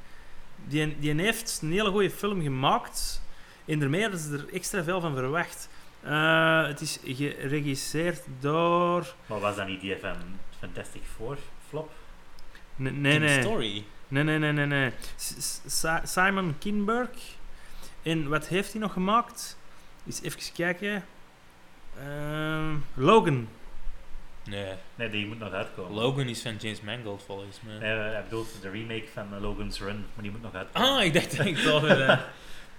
Die, die heeft een hele goede film gemaakt. En daarmee hadden ze er extra veel van verwacht. Eh, het is geregisseerd door... Maar was dat niet die van Fantastic Four flop? Nee, nee, Tim nee. Story. Nee, nee, nee, nee. nee. S- S- Sa- Simon Kinberg. En wat heeft hij nog gemaakt? Eens even kijken. Ehm, Logan. Nee, Nee, die moet nog uitkomen. Logan is van James Mangold volgens mij. Nee, eh, ik bedoel de remake van eh, Logan's Run, maar die moet nog uitkomen. Ah, ik dacht dat ik toch weer. eh,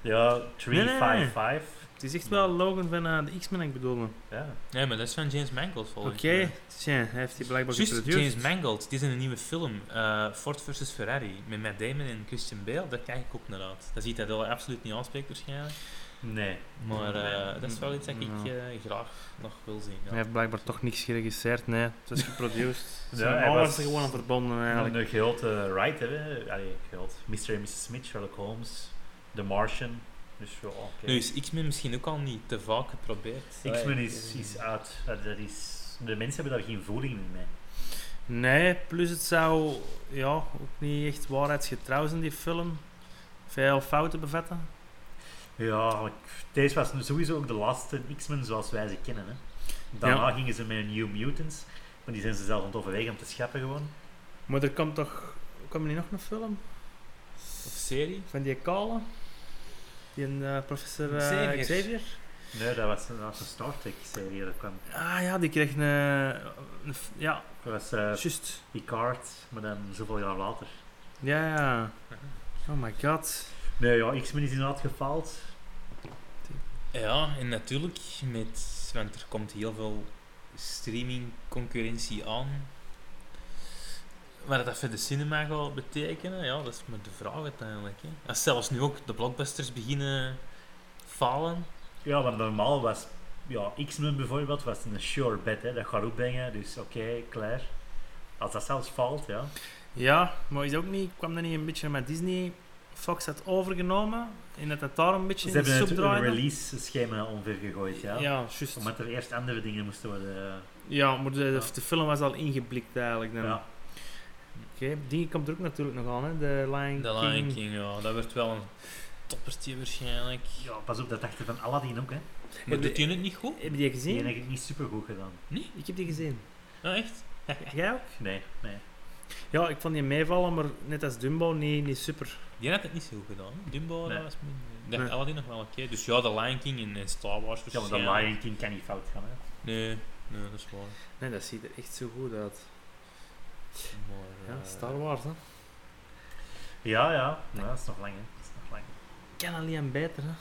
Ja, 355. Het is echt wel Logan van eh, de X-Men, ik bedoel. me. Ja. Nee, maar dat is van James Mangold Oké, volgens mij. okay. hij heeft die blijkbaar Juist, geproduceerd. James Mangold, die is in een nieuwe film, eh, Ford vs Ferrari, met Matt Damon en Christian Bale, daar kijk ik ook naar uit. Dat ziet hij wel absoluut niet aanspreekt waarschijnlijk, Nee. maar eh, dat is wel iets dat ik Ja. eh, graag nog wil zien. Hij Ja. heeft blijkbaar toch niks geregisseerd, nee. Het is geproduced. Ja, Ze zijn hij alles was- er gewoon aan verbonden, eigenlijk. Een grote ride hebben. Allee, groot. Mr. en Mrs. Smith, Sherlock Holmes, The Martian. Dus ja, oké. Nu is X-Men misschien ook al niet te vaak geprobeerd. X-Men eh, is, is uit. Dat, dat is, de mensen hebben daar geen voeling mee. Nee, plus het zou ja, ook niet echt waarheidsgetrouw zijn, die film. Veel fouten bevatten. Ja, maar ik- deze was nu sowieso ook de laatste X-Men zoals wij ze kennen. Hè. Daarna gingen ze met een New Mutants. Maar die zijn ze zelf aan het overwegen om te schappen gewoon. Maar er komt toch... Komt er niet nog een film? Of serie? Van die kale? Die eh, professor eh, Xavier. Xavier? Nee, dat was, dat was een Star Trek-serie. Dat kwam. Ah ja, die kreeg een... een f- ja, Dat was eh, juist. Picard, maar dan zoveel jaar later. Ja, ja. Oh my god. Nee, ja, X-Men is inderdaad gefaald. Ja, en natuurlijk, met, want er komt heel veel streamingconcurrentie aan. Maar dat dat voor de cinema gaat betekenen, ja, dat is maar de vraag uiteindelijk. Hè. Als zelfs nu ook de blockbusters beginnen falen. Ja, want normaal was ja, X-Men bijvoorbeeld was een sure bet, hè. dat gaat ook brengen, dus oké, klaar. Als dat zelfs valt, ja. Ja, maar is dat ook niet, kwam dat niet een beetje met Disney? Fox had overgenomen en dat dat daar een beetje Ze in de hebben soep het een draaide. release schema onver gegooid, ja. Ja, juist. Omdat er eerst andere dingen moesten worden. Ja, maar de, de, Ja. de film was al ingeblikt eigenlijk. Dan. Ja. Oké, die komt er ook natuurlijk nog aan, hè? De Lion De King. Lion King, ja, dat wordt wel een toppertje waarschijnlijk. ja, pas op, dat dachten van Aladdin ook, hè. Maar Maar doet de- hij het niet goed? Heb je die Die gezien? heb ik niet super goed gedaan. Ik heb die gezien. Ja, echt? Jij ook? Nee, nee. Ja, ik vond die meevallen, maar net als Dumbo, niet, niet super. Die had het niet zo goed gedaan. hè. Dumbo, Nee. dat was minder. Dat Nee. had hij nog wel een keer. Dus ja, de Lion King en, en Star Wars Dus Ja, maar de waarschijnlijk. Lion King kan niet fout gaan, hè. Nee, nee, dat is waar. Nee, dat ziet er echt zo goed uit. Maar, Ja, eh, Star Wars, hè? Ja, ja. Nou, dat is nog lang, hè. Dat is nog lang. Kan alleen en beter, hè?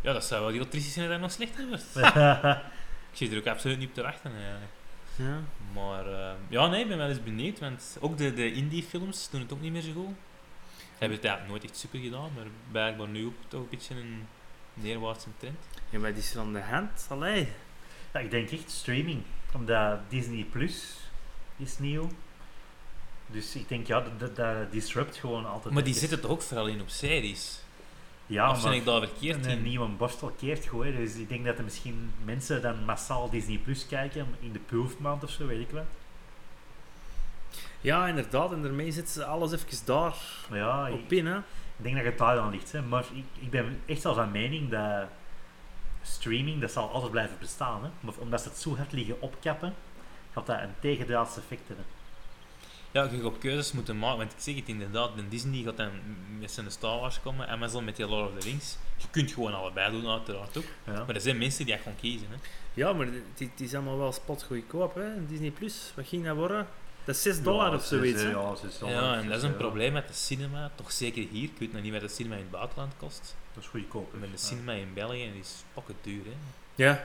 Ja, dat zou wel heel triest zijn dat hij nog slechter wordt. Ik zit er ook absoluut niet op te wachten eigenlijk. Ja. Maar eh, ja, nee, ik ben wel eens benieuwd, want ook de, de indie-films doen het ook niet meer zo goed. Ze hebben het eigenlijk nooit echt super gedaan, maar blijkbaar nu ook toch een beetje een neerwaartse trend. En wat is er aan de hand? Allee. Ja, ik denk echt streaming. Omdat Disney Plus is nieuw. Dus ik denk, ja, dat, dat, dat disrupt gewoon altijd. Maar die even. zitten toch ook vooral in op series? Ja, of ben maar ik daar verkeerd een, een in? nieuwe borstel keert goed, hè. Dus ik denk dat er misschien mensen dan massaal Disney Plus kijken in de proefmaand of zo, weet ik wel. Ja, inderdaad. En daarmee zitten ze alles even daar Maar ja, ik, op in, hè? Ik denk dat het daar aan ligt. Hè. Maar ik, ik ben echt wel van mening dat streaming dat zal altijd blijven bestaan. Hè. Maar omdat ze het zo hard liggen opkappen, gaat dat een tegendraads effect hebben. Ja, je gaat keuzes moeten maken, want ik zeg het inderdaad, de Disney gaat dan met zijn Star Wars komen, Amazon met die Lord of the Rings. Je kunt gewoon allebei doen, uiteraard ook. Ja. Maar er zijn mensen die dat gewoon kiezen. Hè. Ja, maar het het is allemaal wel spotgoedkoop, hè? Disney Plus. Wat ging dat worden? Dat is 6 dollar Ja, of zes, zoiets, hè. hè? eh, Ja, zes dollar, Ja, en zes, dat is een ja. probleem met de cinema, toch zeker hier. Ik weet nog niet wat de cinema in het buitenland kost. Dat is goedkoper. Met de Ja. cinema in België is pakken duur, hè. Ja.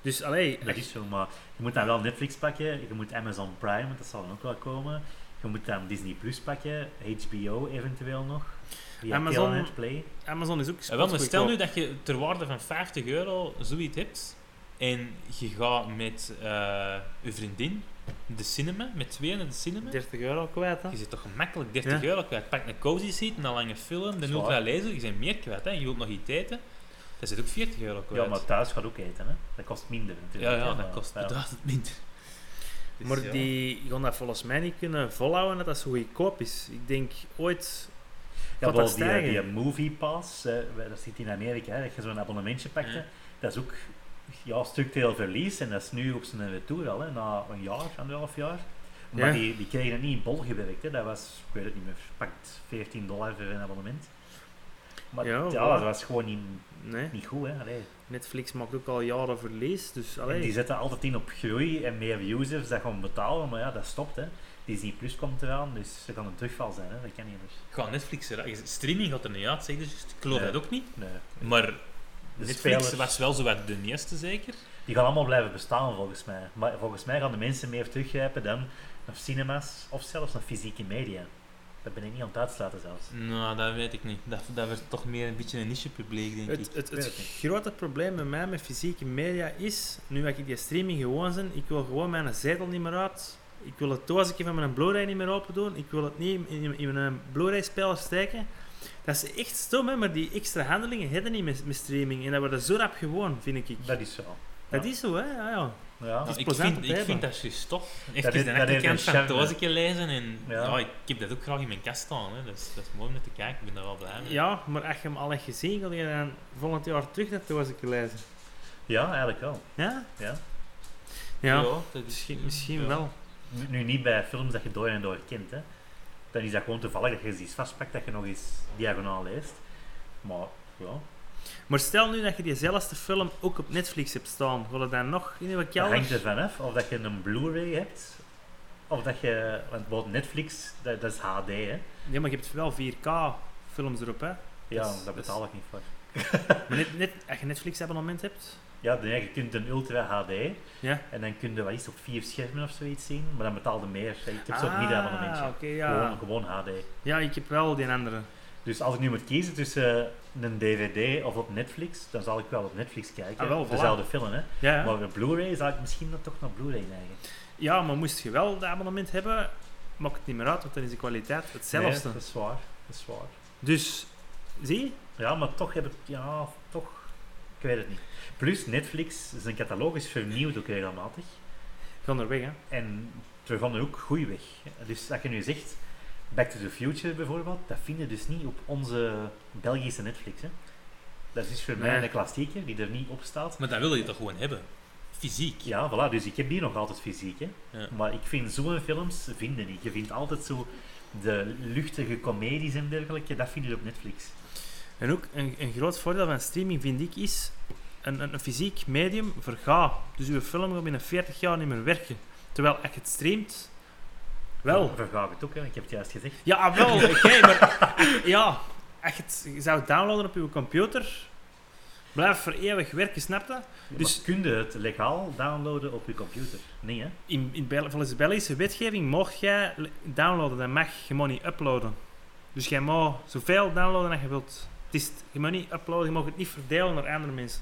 Dus, allee... Dat is zo, maar je moet dan wel Netflix pakken, je moet Amazon Prime, want dat zal dan ook wel komen. Je moet dan Disney Plus pakken, HBO eventueel nog. via Amazon- Telenet Play. Amazon is ook En wel, maar stel nu spotgoedkoop. dat je ter waarde van 50 euro zoiets hebt en je gaat met eh je vriendin de cinema, met tweeën naar de cinema. 30 euro kwijt, hè? Je zit toch gemakkelijk 30 Ja. euro kwijt. Pak een cozy seat, een lange film, is dan ultra waar. lezer, je bent meer kwijt. Hè. Je wilt nog iets eten, dat zit ook 40 euro kwijt. Ja, maar thuis gaat ook eten, hè. Dat kost minder ja, natuurlijk. ja, hè, dat maar- kost ja. beduidend minder. Dus maar ja. die gaan dat volgens mij niet kunnen volhouden dat dat zo goedkoop is. Ik denk ooit... Ja, Gaat wel dat die, eh, die stijgen? Movie Pass, eh, we- dat zit in Amerika, hè, dat je zo'n abonnementje pakt. hè. Ja. Dat is ook ja, structureel verlies en dat is nu op zijn retour al, hè, na een jaar, anderhalf jaar. Maar Ja. die, die kregen het niet in bol gewerkt, hè. dat was, ik weet het niet meer, pakt 14 dollar voor een abonnement. Maar Ja, ja, voilà. dat was gewoon niet, Nee. niet goed. Hè. Allee. Netflix maakt ook al jaren verlies, dus En die allee... zetten altijd in op groei en meer users, dat gaan betalen, maar ja, dat stopt. Hè. Disney Plus komt eraan, dus er kan een terugval zijn, hè. dat kan niet anders. Ga Netflix eruit. Streaming gaat er niet uit, zeg dus. Ik geloof Nee. dat ook niet. Nee. Maar De Netflix spelers- was wel zo wat de eerste, zeker. Die gaan allemaal blijven bestaan volgens mij. Maar volgens mij gaan de mensen meer teruggrijpen dan naar cinema's of zelfs naar fysieke media. Dat ben ik niet aan het uitsluiten zelfs. Nou, dat weet ik niet. Dat, dat wordt toch meer een beetje een niche-publiek, denk ik. Het, Ah, het, het weet het niet. grote probleem met mij met fysieke media is, nu dat ik die streaming gewoon ben, ik wil gewoon mijn zetel niet meer uit. Ik wil het doosje van mijn Blu-ray niet meer open doen. Ik wil het niet in, in mijn Blu-ray-speler steken. Dat is echt stom, hè, maar die extra handelingen hebben niet met, met streaming. En dat wordt zo rap gewoon, vind ik. Dat is zo. Dat ja. is zo, hè? Ja, ja. Ja. Nou, ik, plezant om vind, te ik hebben. vind dat juist tof. Even Dat is- de dat heeft achterkant een van charme. het doosje lezen. En, Ja. ja. ik heb dat ook graag in mijn kast staan. Hè. Dat, is, dat is mooi om naar te kijken. Ik ben daar wel blij mee. ja, maar als je hem al hebt gezien, wil je dan volgend jaar terug dat doosje lezen. ja, eigenlijk wel. Ja? Ja. Ja, dat misschien, misschien ja. wel. Nu- Nu niet bij films dat je door en door kent. Hè. Dan is dat gewoon toevallig dat je eens iets vastpakt dat je nog eens diagonaal leest. Maar ja, Maar stel nu dat je diezelfde film ook op Netflix hebt staan. Wil je dan nog in je dat hangt kelder? er vanaf of dat je een Blu-ray hebt. Of dat je, want bijvoorbeeld Netflix, dat, dat is HD hè. Ja, maar je hebt wel 4K films erop, hè? Ja, Dat is- daar betaal ik niet voor. Maar net, net, als je Netflix abonnement hebt, Ja, nee, je kunt een Ultra HD Ja. en dan kun je wat is het, op vier schermen of zoiets zien, maar dan betaalde meer. Ik heb zo'n Ah, middenabonnementje. oké, ja. Gewoon, gewoon HD. ja, ik heb wel die andere. Dus als ik nu moet kiezen tussen eh, een DVD of op Netflix, dan zal ik wel op Netflix kijken. Ah, wel, voilà. Dezelfde film, hè. Ja, ja. Maar op Blu-ray zou ik misschien dan toch naar Blu-ray neigen. ja, maar moest je wel dat abonnement hebben, maakt het niet meer uit, want dan is de kwaliteit hetzelfde. Nee, dat is waar. Dat is waar. Dus, zie, Ja, maar toch heb ik... Ja, toch... Ik weet het niet. Plus, Netflix, zijn catalogus vernieuwd ook regelmatig. van er weg, hè. En we gaan er ook goed weg. Dus als je nu zegt, Back to the Future bijvoorbeeld, dat vinden dus niet op onze Belgische Netflix. Hè. Dat is dus voor mij Nee. een klassieker die er niet op staat. Maar dat wil je toch gewoon hebben? Fysiek. Ja, voilà, dus ik heb die nog altijd fysiek. Hè. Ja. Maar ik vind zo'n films, vinden niet. Je vindt altijd zo de luchtige comedies en dergelijke, dat vind je op Netflix. En ook een, een groot voordeel van streaming, vind ik, is een, een, een fysiek medium vergaat. Dus uw film gaat binnen 40 jaar niet meer werken. Terwijl als je het streamt, wel. Dan Vergaaf het ook, hè. ik heb het juist gezegd. Ja, ah, wel, oké, maar ja, als je het zou downloaden op je computer, blijft voor eeuwig werken, snap je? Dus- Dus kun je het legaal downloaden op je computer? Nee, hè? In, in Bel- volgens de Belgische wetgeving mocht jij le- downloaden, dat mag je mag niet uploaden. Dus jij mag zoveel downloaden als je wilt. Het is, je mag niet uploaden, je mag het niet verdelen naar andere mensen.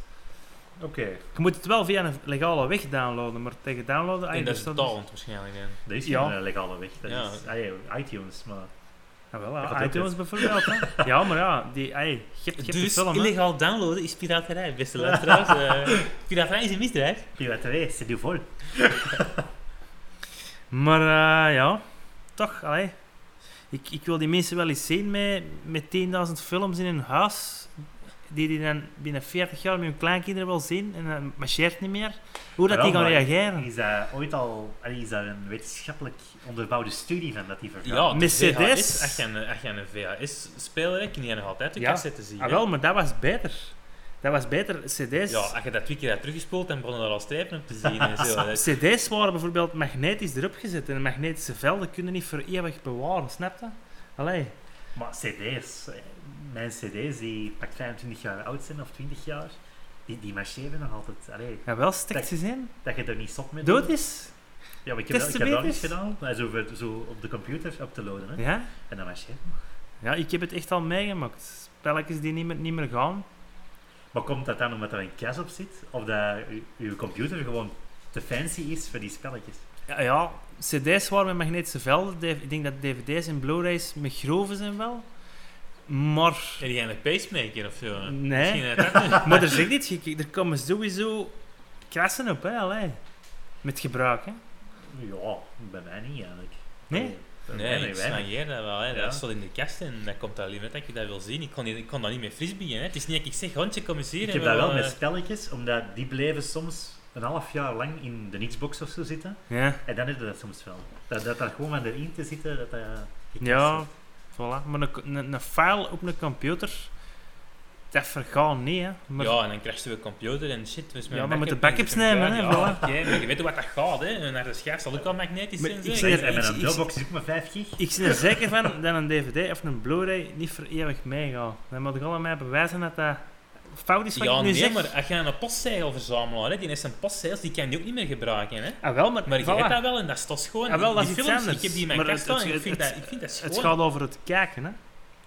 Oké. Je moet het wel via een legale weg downloaden, maar tegen downloaden... ah, En dat is bestaat dus- talent waarschijnlijk. hè. Dat is Ja. geen eh, legale weg. Dat Ja. is ah, ja, iTunes, maar... Ja, wel, Dat ah, gaat ook iTunes bijvoorbeeld. hè. Ja, maar ja, die, ey, je hebt, je hebt Dus de film, hè. illegaal downloaden is piraterij, beste luisteraars. Eh, piraterij is een misdrijf. Piraterij, c'est du vol. Maar eh, ja, toch, allee. Ik, ik wil die mensen wel eens zien met, met 10.000 films in hun huis. Die die dan binnen 40 jaar met hun kleinkinderen wel zien en dan marcheert niet meer. Hoe dat Ah, die wel, gaan maar reageren. Is dat ooit al... allee, Is daar een wetenschappelijk onderbouwde studie van dat die vergaat? Ja, de Met CD's. VHS, Als je een, als je een VHS-speler hebt, kun je nog altijd de Ja. cassette zien. Ah, hè. wel, maar dat was beter. Dat was beter. CD's, Ja, als je dat twee keer hebt teruggespoeld, dan begonnen er al strepen op te zien. En zo. Dus- Dat- CD's waren bijvoorbeeld magnetisch erop gezet. En magnetische velden kunnen niet voor eeuwig bewaren, snap je? Allee. Maar cd's... eh, Mijn cd's die pak 25 jaar oud zijn, of 20 jaar, die, die marcheren nog altijd. Allee, Ja, wel stek ze zijn. dat je er niet zot mee Dood is. Ja, maar ik heb, dat- ik heb dat Testen eens beter. gedaan. Maar Zo, voor- zo op de computer op te loaden. Hè. Ja? En dan marcheert Ja, ik heb het echt al meegemaakt. Spelletjes die niet meer, niet meer gaan. Maar komt dat dan omdat er een kas op zit? Of dat u- uw computer gewoon te fancy is voor die spelletjes? Ja, ja, cd's waren met magnetische velden. Dv- Ik denk dat dvd's en blu-rays met groven zijn wel. Maar... En die gaan een pacemaker of zo. hè. Nee. Misschien dat dat- Maar er zit niet. je- je- Er komen sowieso krassen op, hè. Allee. Met gebruik, hè. Ja, bij mij niet eigenlijk. Nee? Bij mij Nee, ik weinig. slangeer dat wel. Hè. Ja. Dat stond in de kast en dat komt alleen net dat je dat wil zien. Ik kon, hier- ik kon dat niet meer frisbeeën. Hè. Het is niet dat ik zeg, hondje, kom eens hier. Ik en heb we dat wel gaan, met eh, spelletjes, omdat die blijven soms een half jaar lang in de Xbox of zo zitten. Ja. En dan is dat soms wel. Dat, dat daar gewoon van erin te zitten, dat dat... Ja, voilà. Maar een, co- een, een file op een computer... Dat vergaat niet, hè. Maar, Ja, en dan krijg je weer computer en shit. Dus Ja, dan moet je backups backups nemen, hè, Ja, oké, maar je weet hoe wat dat gaat, hè. Een harde schijf zal ook al magnetisch Maar zijn, ik zeg. zeg- En en met een Ik- ik- Dropbox is ook maar 5 gig. Ik ben er zeker van dat een dvd of een blu-ray niet voor eeuwig meegaat. Dan moet ik al aan mij bewijzen dat dat fout is wat Ja, ik nu nee, zeg. maar als je een postzegel verzamelaar hè, die is een postzegels, die kan je ook niet meer gebruiken, hè. Ah, wel, maar, Maar je voilà. hebt dat wel en dat is toch gewoon... Ah, wel, dat die is iets films, anders. ik heb die in mijn Maar kast het- staan en ik het- vind het- dat- ik vind dat Het schoon. gaat over het kijken, hè.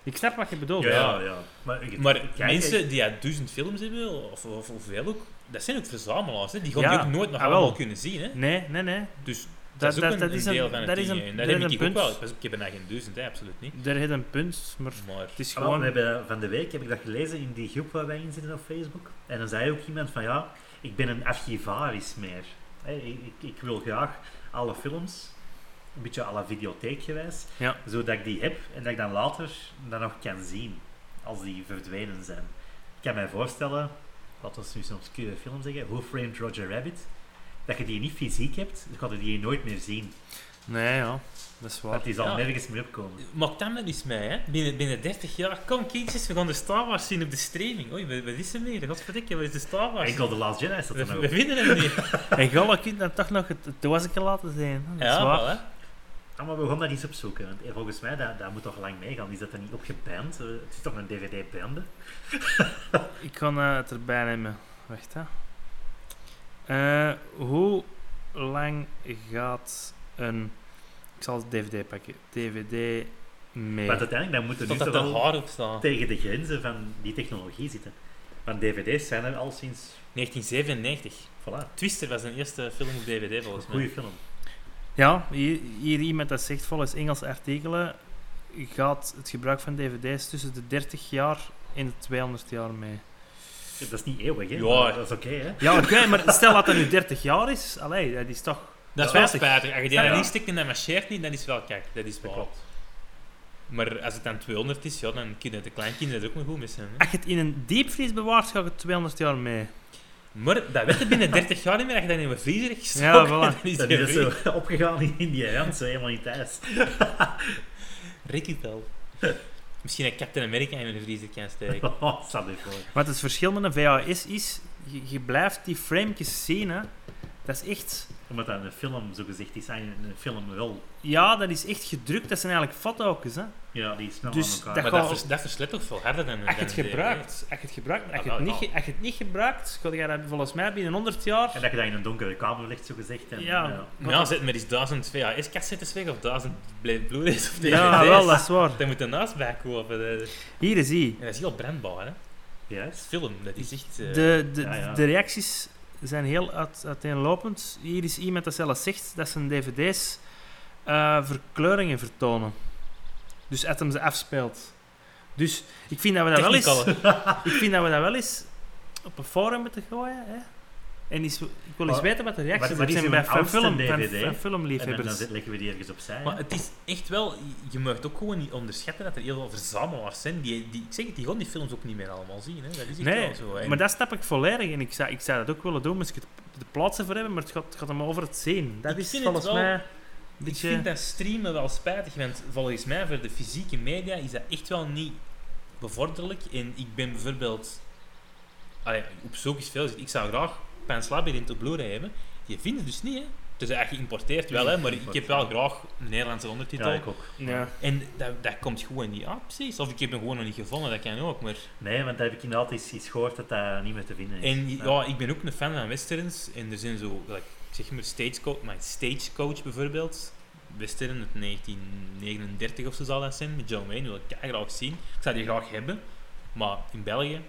Ik snap wat je bedoelt. Ja, ja, ja. Maar, ik- Maar kijk, mensen die uit duizend films hebben, of, of, of veel ook, dat zijn ook verzamelaars. Hè. Die gaan Ja, die ook nooit nog ah, wel. allemaal kunnen zien. Hè. Nee, nee, nee. Dus dat, Dat- is ook dat- een, dat een is een- deel van het dat is ding, een- hè. En dat dat heb is ik een ook wel. punt. Pas op, Ik heb er geen duizend, hè, absoluut niet. Daar heeft een punt, maar Maar het is Ah, wel, gewoon... we hebben van de week heb ik dat gelezen in die groep waar wij in zitten op Facebook. En dan zei ook iemand van ja, ik ben een archivaris meer. Hè, ik, ik, ik wil graag alle films, een beetje alle videotheekgewijs, Ja. zodat ik die heb en dat ik dan later dan nog kan zien als die verdwenen zijn. Ik kan mij voorstellen, laten we nu zo'n obscure film zeggen, Who Framed Roger Rabbit, dat je die niet fysiek hebt, dan ga je die nooit meer zien. Nee, ja. Dat is waar. Want die zal Ja. nergens meer opkomen. maakt dat maar eens mee, hè? Binnen, binnen 30 jaar. Kom, kindjes, we gaan de Star Wars zien op de streaming. Oei, wat, wat is er meer? Godverdikke, wat is de Star Wars? Enkel The Last Jedi staat er we, nog we op. vinden hem niet. En Galla kunt dan toch nog het, het doosje laten zijn. hè. Dat is Ja, waar. wel, hè? Ah, maar we gaan dat eens opzoeken. Want eh, volgens mij, dat, dat moet toch lang meegaan. Is dat er niet op geband? Eh, het is toch een dvd banden Ik kan eh, het erbij nemen. Wacht, hè. Eh, hoe lang gaat een... Ik zal het DVD pakken. DVD mee. Maar uiteindelijk dan moeten we Tot nu dat toch de wel haar op staan. tegen de grenzen van die technologie zitten. Want dvd's zijn er al sinds... 1997. Voilà, Twister was zijn eerste film op DVD volgens mij. goede film. Ja, hier, hier iemand dat zegt volgens Engelse artikelen gaat het gebruik van dvd's tussen de 30 jaar en de 200 jaar mee. Dat is niet eeuwig, hè? Ja. maar Dat is oké, hè? Ja, oké, maar stel dat dat nu 30 jaar is, allee, dat is toch... Dat is Ja. wel spijtig. Als je die Ja, ja. niet stikt en dat marcheert niet, dan is het wel kijk. Dat is Dat waar. klopt. Maar als het dan 200 is, ja, dan kunnen de kleinkinderen het ook nog goed missen. Hè? Als je het in een diepvries bewaart, gaat het 200 jaar mee. Maar dat weet je binnen 30 jaar niet meer. Als je dat in een vriezer hebt gestoken, Ja, dan voilà. is Dat dat is weer dat zo opgegaan in India, hè, want ze helemaal niet thuis. Ricky wel. Misschien dat Captain America in een vriezer kan steken. Oh, stel je voor. Wat het verschil met een VHS is, je, je blijft die frametjes zien, hè. Dat is echt... Omdat dat een film, zo gezegd, is eigenlijk een filmrol. Ja, dat is echt gedrukt. Dat zijn eigenlijk fathoekjes, hè. Ja, die is snel Dus aan elkaar. Maar dat dat, gaat- vers, dat verslet toch veel harder dan Als je het dan een gebruikt, als je het gebruikt, als je Ah, het wel, niet, ja. ge- als je het niet gebruikt, ga je dat volgens mij binnen 100 jaar... En dat je dat in een donkere kamer legt, zo gezegd. En, Ja. ja. DVD. Nou, zet maar eens 1000 VHS-cassettes weg of 1000 bl- Blu-rays of DVD's. Ja, wel, dat is waar. Daar moet een naast bij kopen. Dat, Hier is hij. en dat is heel brandbaar, hè. Dat is Juist. film, dat is echt... eh, De, de, Ja, ja. de reacties zijn heel uit, uiteenlopend. Hier is iemand dat zelfs zegt dat zijn dvd's eh, verkleuringen vertonen. Dus dat hem ze afspeelt. Dus ik vind dat we dat, wel eens, technicallen. ik vind dat we dat wel eens op een forum moeten gooien. Hè? En is, ik wil eens Maar- weten wat de reacties wat- wat zijn is uw zijn bij van oudste film, van, DVD? van En dan filmliefhebbers. zet- leggen we die ergens opzij. Maar het is echt wel... Je mag ook gewoon niet onderschatten dat er heel veel verzamelaars zijn. Die, die, ik zeg het, die gaan die films ook niet meer allemaal zien, hè. Dat is echt Nee, wel zo. En maar dat snap ik volledig. En ik zou, ik zou dat ook willen doen, moest ik het- de plaatsen voor hebben, maar het gaat, het gaat hem over het zien. Dat Ik is vind het volgens wel- mij... een Ik beetje- vind dat streamen wel spijtig, want volgens mij voor de fysieke media is dat echt wel niet bevorderlijk. En ik ben bijvoorbeeld... Allee, op zoek is veel. Ik zou graag Pan's Labyrinth op Blu-ray hebben. Je vindt het dus niet, hè. Dus eigenlijk geïmporteerd wel, hè. Maar ik heb wel graag een Nederlandse ondertitel. ja, ik ook. Ja. En dat, dat komt gewoon niet aan, precies. Of ik heb hem gewoon nog niet gevonden, dat kan ook. Maar... Nee, want daar heb ik inderdaad eens, eens gehoord dat dat niet meer te vinden is. En Maar- ja, ik ben ook een fan van westerns. En er zijn zo, like, zeg maar, stagecoach, maar stagecoach bijvoorbeeld. Western uit 1939 of zo zal dat zijn, met John Wayne. wil ik graag zien. Ik zou die graag hebben, maar in België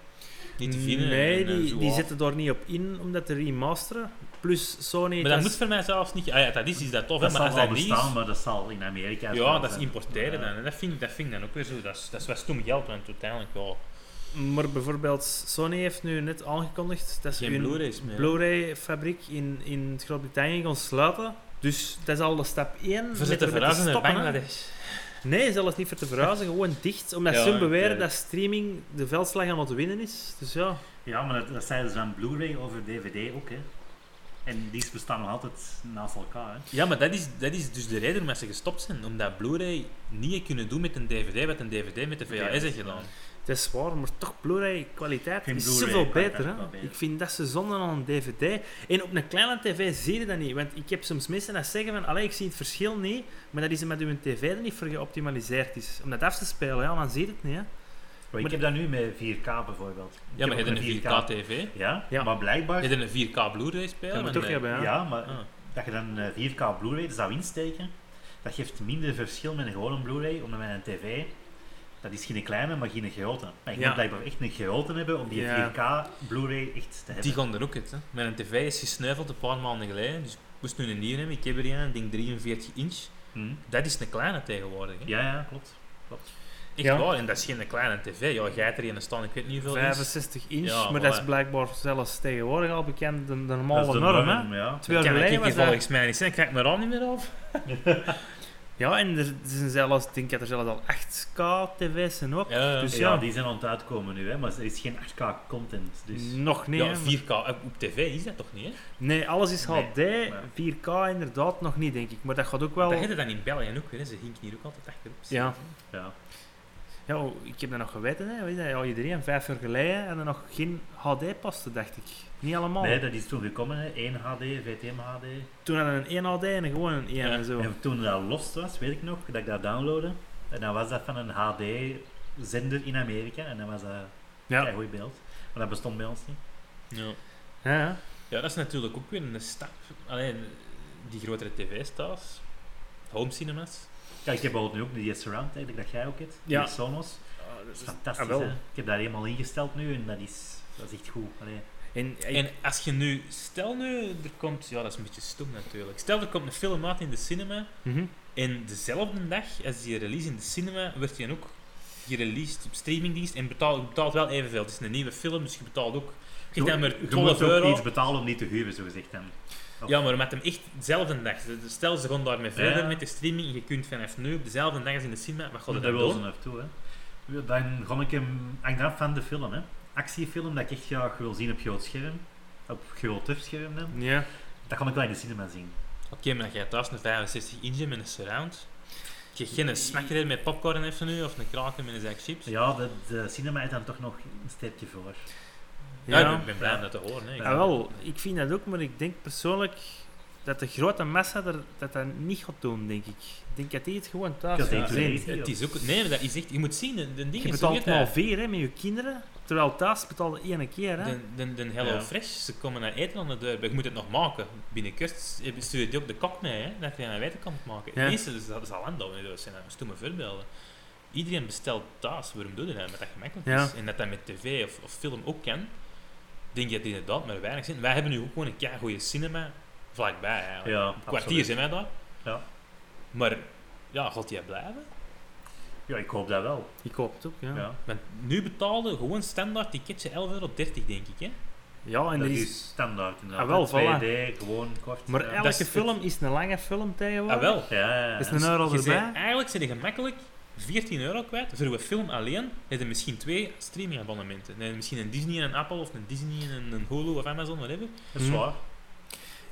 niet te vinden. Nee, en, eh, die, zo, die ah. zitten daar niet op in om dat te remasteren. Plus Sony. Maar dat dat moet is- voor mij zelfs niet. Ah ja, dat is, is dat tof, hè, dat maar als zal wel dat niet is. bestaan, maar dat zal in Amerika... Ja, wel dat is zijn. importeren Ja. dan. En dat vind, ik- dat vind ik dan ook weer zo. Dat is, dat is wel stom geld, want uiteindelijk ja, Maar bijvoorbeeld, Sony heeft nu net aangekondigd dat ze geen hun Blu-rays meer. Blu-ray-fabriek in, in Groot-Brittannië gaan sluiten. Dus dat is al de stap 1. Voor ze te verrassen naar Bangladesh. Nee, zelfs niet voor te verhuizen, gewoon dicht. Omdat Ja, ze beweren tuurlijk. dat streaming de veldslag aan het winnen is. Dus ja. Ja, maar dat, dat zeiden ze van Blu-ray over DVD ook, hè. En die bestaan nog altijd naast elkaar, hè. Ja, maar dat is, dat is dus de reden waarom ze gestopt zijn. Omdat Blu-ray niet kunnen doen met een DVD wat een DVD met de VHS heeft gedaan. Dat is waar, maar toch Blu-ray-kwaliteit Geen is Blu-ray zoveel kwaliteit beter. is Hè? wel beter. Ik vind dat ze zonde aan een dvd. En op een kleine tv zie je dat niet. Want ik heb soms mensen dat zeggen van, allee, ik zie het verschil niet, maar dat is omdat uw tv er niet voor geoptimaliseerd is. Om dat af te spelen, ja, dan zie je het niet. Hè? Maar ik heb dat nu met 4K bijvoorbeeld. Ik Ja, heb maar je ook hebt een 4K TV. Ja, Ja. maar blijkbaar... Je hebt een 4K Blu-ray Dat speler. moet en, toch eh, hebben, Ja, ja. maar ah. dat je dan eh, 4K Blu-ray zou insteken, dat geeft minder verschil met een gewone Blu-ray, omdat met een tv, dat is geen kleine, maar geen grote. Maar je Ja. moet blijkbaar echt een grote hebben om die Ja. 4K Blu-ray echt te Die hebben. gaan er ook uit. Hè. Mijn tv is gesneuveld een paar maanden geleden. Dus ik moest nu een nieuwe hebben. Ik heb er een, ik denk 43 inch. Hm? Dat is een kleine tegenwoordig. Hè. Ja, ja, klopt. klopt. Echt Ja. waar, en dat is geen kleine tv. Ja, jij hebt er een staan, ik weet niet hoeveel inch. 65 inch, Ja, maar dat is voilà. blijkbaar zelfs tegenwoordig al bekend, de, de Dat normale is de norm. Hè? norm, ja. Twee Dat kan jaar ik geleden hier was dat... volgens mij niet zijn. Dan krijg ik mijn raam niet meer af. Ja, en er zijn zelfs, ik denk dat er zelfs al 8K tv's zijn ook. Ja, Dus Ja, ja. die zijn aan het uitkomen nu, hè, maar er is geen 8K content, dus... Nog niet, ja, hè, maar- 4K. eh, Op tv is dat toch niet, hè? Nee, alles is Nee, HD. maar- 4K inderdaad nog niet, denk ik. Maar dat gaat ook wel... Dat hadden dan in België ook weer, hè. ze hinken hier ook altijd achterop. Ja. Ja. ja, oh, ik heb dat nog geweten. Hè. Weet je, ja, iedereen, vijf jaar geleden, hadden nog geen HD-pasten, dacht ik. Niet allemaal. Nee, dat is toen gekomen, hè. 1 HD, VTM HD. Toen hadden we een 1 HD en een gewoon een 1 Ja. en zo. En toen dat lost was, weet ik nog, dat ik dat downloadde. En dan was dat van een HD-zender in Amerika. En dan was dat Ja. een goed beeld. Maar dat bestond bij ons niet. Ja. Ja, ja. Ja, dat is natuurlijk ook weer een stap. Alleen die grotere tv-staals, home cinemas. Kijk, ik heb bijvoorbeeld nu ook die surround eigenlijk, dat jij ook hebt. Ja. Die Sonos. Dat is fantastisch, Ah, wel. hè. Ik heb daar helemaal ingesteld nu en dat is, dat is echt goed. Allee. En, en- En als je nu, stel nu, er komt, ja dat is een beetje stom natuurlijk. Stel er komt een film uit in de cinema Mhm. en dezelfde dag als die release in de cinema werd die ook gereleased op streamingdienst en betaalt, je betaalt wel evenveel. Het is een nieuwe film, dus je betaalt ook, je Je dan moet- maar je moet 12 ook euro. iets betalen om niet te huwen, zogezegd. Dan. Ja, maar met hem echt dezelfde dag. Dus Stel ze gaan daarmee verder Oh. Ja. met de streaming en je kunt vanaf nu op dezelfde dag als in de cinema, wat gaat er Dat dan wil ze doen? naartoe, hè. Ja, Dan ga ik hem... Hangt af van de film, hè. Actiefilm dat ik echt graag wil zien op groot scherm. Op groot scherm dan. ja. Dat kan ik wel in de cinema zien. Oké, maar dan ga je thuis een 65 inch met een surround. Je hebt geen smakker met popcorn even nu, of een kraken met een zak chips. Ja, de, de cinema is dan toch nog een steekje voor. Ja, Ja. ik ben blij om dat te horen. Hè. Ik- Ja. Ah, wel, ik vind dat ook, maar ik denk persoonlijk dat de grote massa er, dat dat niet gaat doen, denk ik. Ik denk dat die het gewoon thuis Dat die gaat het zien. weten. Het is ook... Nee, maar dat is echt... Je moet zien, de, de ding Je is... betaalt hoe maar heet vier hè, met je kinderen, terwijl thuis betaal je één keer. dat? Hè. de, de, de Hello Ja. Fresh, ze komen naar eten aan de deur. Maar je moet het nog maken. Binnen kerst heb- stuur je die ook de kok mee, hè. Dat je aan weten kan maken. Ja. Het eerste is dat is al aan doen. Dat zijn stomme voorbeelden. Iedereen bestelt thuis. Waarom doe je dat? Omdat dat gemakkelijk Ja. is. En dat dat met tv of, of film ook kan. Denk je dat inderdaad maar weinig zin. Wij hebben nu ook gewoon een goede cinema vlakbij, eigenlijk. Ja, Een kwartier absoluut. zijn wij daar. Ja. Maar... Ja, gaat die blijven? Ja, ik hoop dat wel. Ik koop het ook, ja. Ja. Ja, Want nu betaalde gewoon standaard ticketje 11,30 euro, denk ik. Hè? en dat er is, is... standaard inderdaad. Ah, wel, hè. voilà. 2D, gewoon kort. Maar ja. dat is elke het- film is een lange film tegenwoordig. Ah, wel. Ja, ja, ja. Dat is een euro Dus Je erbij. zei- eigenlijk zijn je gemakkelijk 14 euro kwijt. Voor een film alleen heb je misschien twee streamingabonnementen. Dan heb je misschien een Disney en een Apple, of een Disney en een- een Hulu of Amazon, whatever. Dat is Hm. waar.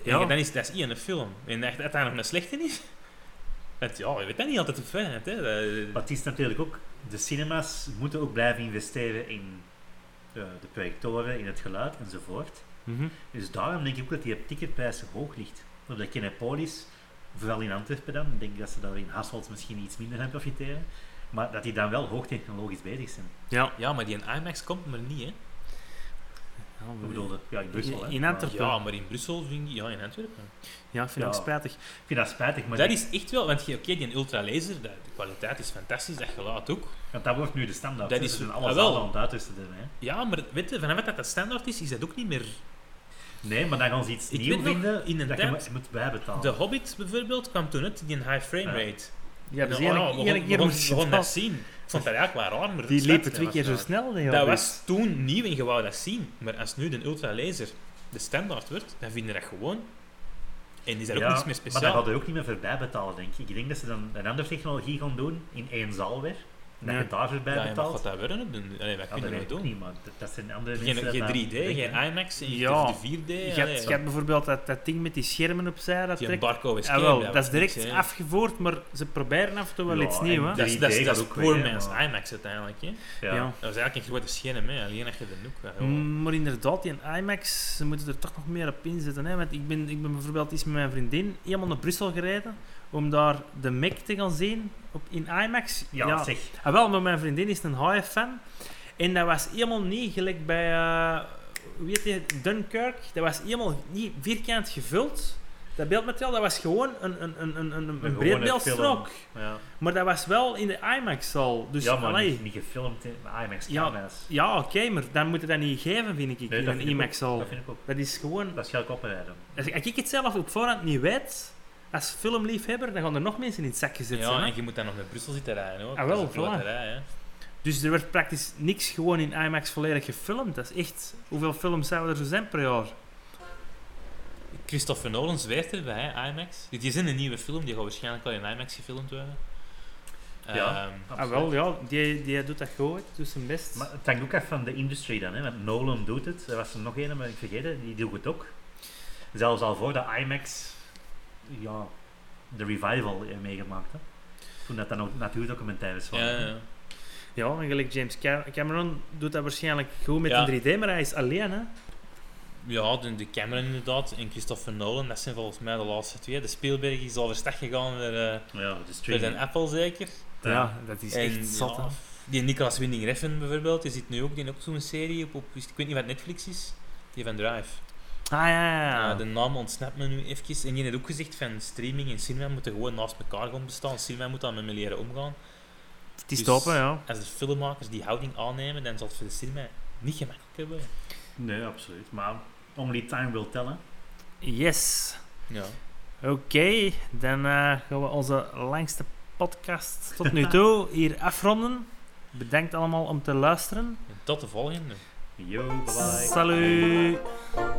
Ja. Ja. En dan is dat is één film. En dat dat daar nog een slechte is. Want ja, je weet dat niet altijd op feit. Hè. Maar Dat- het is natuurlijk ook, de cinema's moeten ook blijven investeren in eh, de projectoren, in het geluid enzovoort. Mhm. Dus daarom denk ik ook dat die ticketprijs zo hoog ligt. Omdat Kinepolis, vooral in Antwerpen dan, ik denk dat ze daar in Hasselt misschien iets minder aan profiteren, maar dat die dan wel hoogtechnologisch bezig zijn. Ja. Ja, maar die in IMAX komt maar niet, hè. Ja, Ik bedoel, ja, in Brussel. hè. In Maar Antwerpen. Ja, maar in Brussel vind ik... Ja, in Antwerpen. ja, ik vind dat Ja. ook spijtig. Ik vind dat spijtig, maar Dat is echt wel... Want je- oké, die ultralaser, dat, de kwaliteit is fantastisch, dat geluid ook. want dat wordt nu de standaard. Dat hè. is- Ze zijn ah, alles wel. al aan het uitrusten. hè. Ja, maar weet je, vanaf dat dat standaard is, is dat ook niet meer... Nee, maar dan gaan ze iets Ik nieuws weet nog, vinden in een dat je tijd- mo- moet bijbetalen. The Hobbit bijvoorbeeld kwam toen uit, die high frame Ja. rate. Ja, dus Ja, één- ja, we één begon- keer begon- moest je begon wel- dat zien. Ik vond dat eigenlijk wel raar, maar Die het snapte liepen twee was keer zo raar. snel. die Dat jongens. was toen nieuw en je wou dat zien. Maar als nu de ultralaser de standaard wordt, dan vinden dat gewoon. En is dat ook niets meer Maar speciaal. dat hadden we ook niet meer voorbij betalen, denk ik. Ik denk dat ze dan een andere technologie gaan doen, in één zaal weer. En dat Ja. je daar voorbij Ja, en wat betaalt. gaat dat worden op doen? Allee, wat Ja, dat kunnen we weet ik doen? niet, maar dat, dat zijn andere Geen, mensen. geen dat 3D, dat denken. geen IMAX, en eh, Ja. de 4D. Je allee, hebt, je hebt bijvoorbeeld dat, dat ding met die schermen opzij, dat Die trekt. barcode is eh, Ah, wel, dat is direct afgevoerd, maar ze proberen af en toe wel Ja, iets nieuws. en hè. Dat is, dat is, 3D dat is gaat ook poor weer, man's maar- IMAX uiteindelijk. Hè. Ja. Ja. Dat is eigenlijk een grote scherm, hè. alleen als je de noek gaat. Mm, Maar inderdaad, die IMAX, ze moeten er toch nog meer op inzetten. Hè? Want ik ben, ik ben bijvoorbeeld eens met mijn vriendin helemaal naar Brussel gereden om daar de Mac te gaan zien op, in IMAX. Ja, zeg. Ah, wel, maar mijn vriendin is een HF fan. En dat was helemaal niet gelijk bij, eh, hoe heet die, Dunkirk. Dat was helemaal niet vierkant gevuld. Dat beeldmateriaal, dat was gewoon een, een, een, een, een, een gewone breedbeeldstrook. Ja, Maar dat was wel in de IMAX-zaal. Dus, ja maar allee. niet, niet gefilmd in Ah, IMAX Ja. camera's. Ja, oké, maar dan moet je dat niet geven, vind ik, Nee, in dat een vind ik ook. IMAX-zaal. Dat vind ik ook. Dat is gewoon... Dat is gelijk oprijden. Als ik, als ik het zelf op voorhand niet weet, als filmliefhebber, dan gaan er nog mensen in het zakje zitten. Ja, hè. en je moet dan nog naar Brussel zitten rijden. Hoor. Ah, Dat is wel, een grote voilà. rij, hè. Dus er werd praktisch niks gewoon in IMAX volledig gefilmd. Dat is echt... Hoeveel films zouden er zo zijn per jaar? Christopher Nolan zweert erbij, hè, IMAX. Dit is in een nieuwe film, die gaat waarschijnlijk al in IMAX gefilmd worden. Ja. Ehm, Ah, wel, ja. Die, die doet dat goed, doet zijn best. Maar het hangt ook af van de industrie dan, hè, want Nolan doet het. Er was er nog een, maar ik vergeten, die doet het ook. Zelfs al voor de IMAX, ja, de revival eh, meegemaakt. Hè. Toen dat dan ook natuurdocumentaires ja, waren. ja, ja. Ja, en gelijk James Ca- Cameron doet dat waarschijnlijk goed met Ja. een 3D, maar hij is alleen, hè. Ja, de, de Cameron inderdaad en Christopher Nolan, dat zijn volgens mij de laatste twee. De Spielberg is al verstag gegaan naar, eh, Ja, de naar streaming. de Apple zeker. Ja, dat is En, ja, die Nicolas Winding Refn bijvoorbeeld, die zit nu ook, die heeft ook zo'n serie op, op, ik weet niet wat Netflix is, die van Drive. Ah ja, ja. Ja, Eh, de naam ontsnapt me nu even. En je hebt ook gezegd van streaming en cinema moeten gewoon naast elkaar gaan bestaan. Cinema moet dan met me leren omgaan. het is dus- stoppen, ja. Als de filmmakers die houding aannemen, dan zal het voor de cinema niet gemakkelijk hebben. Nee, absoluut. Maar only time will tell, hè. Yes. Ja. Oké, dan eh, gaan we onze langste podcast tot nu toe hier afronden. Bedankt allemaal om te luisteren. En tot de volgende. Yo, bye bye. Salut!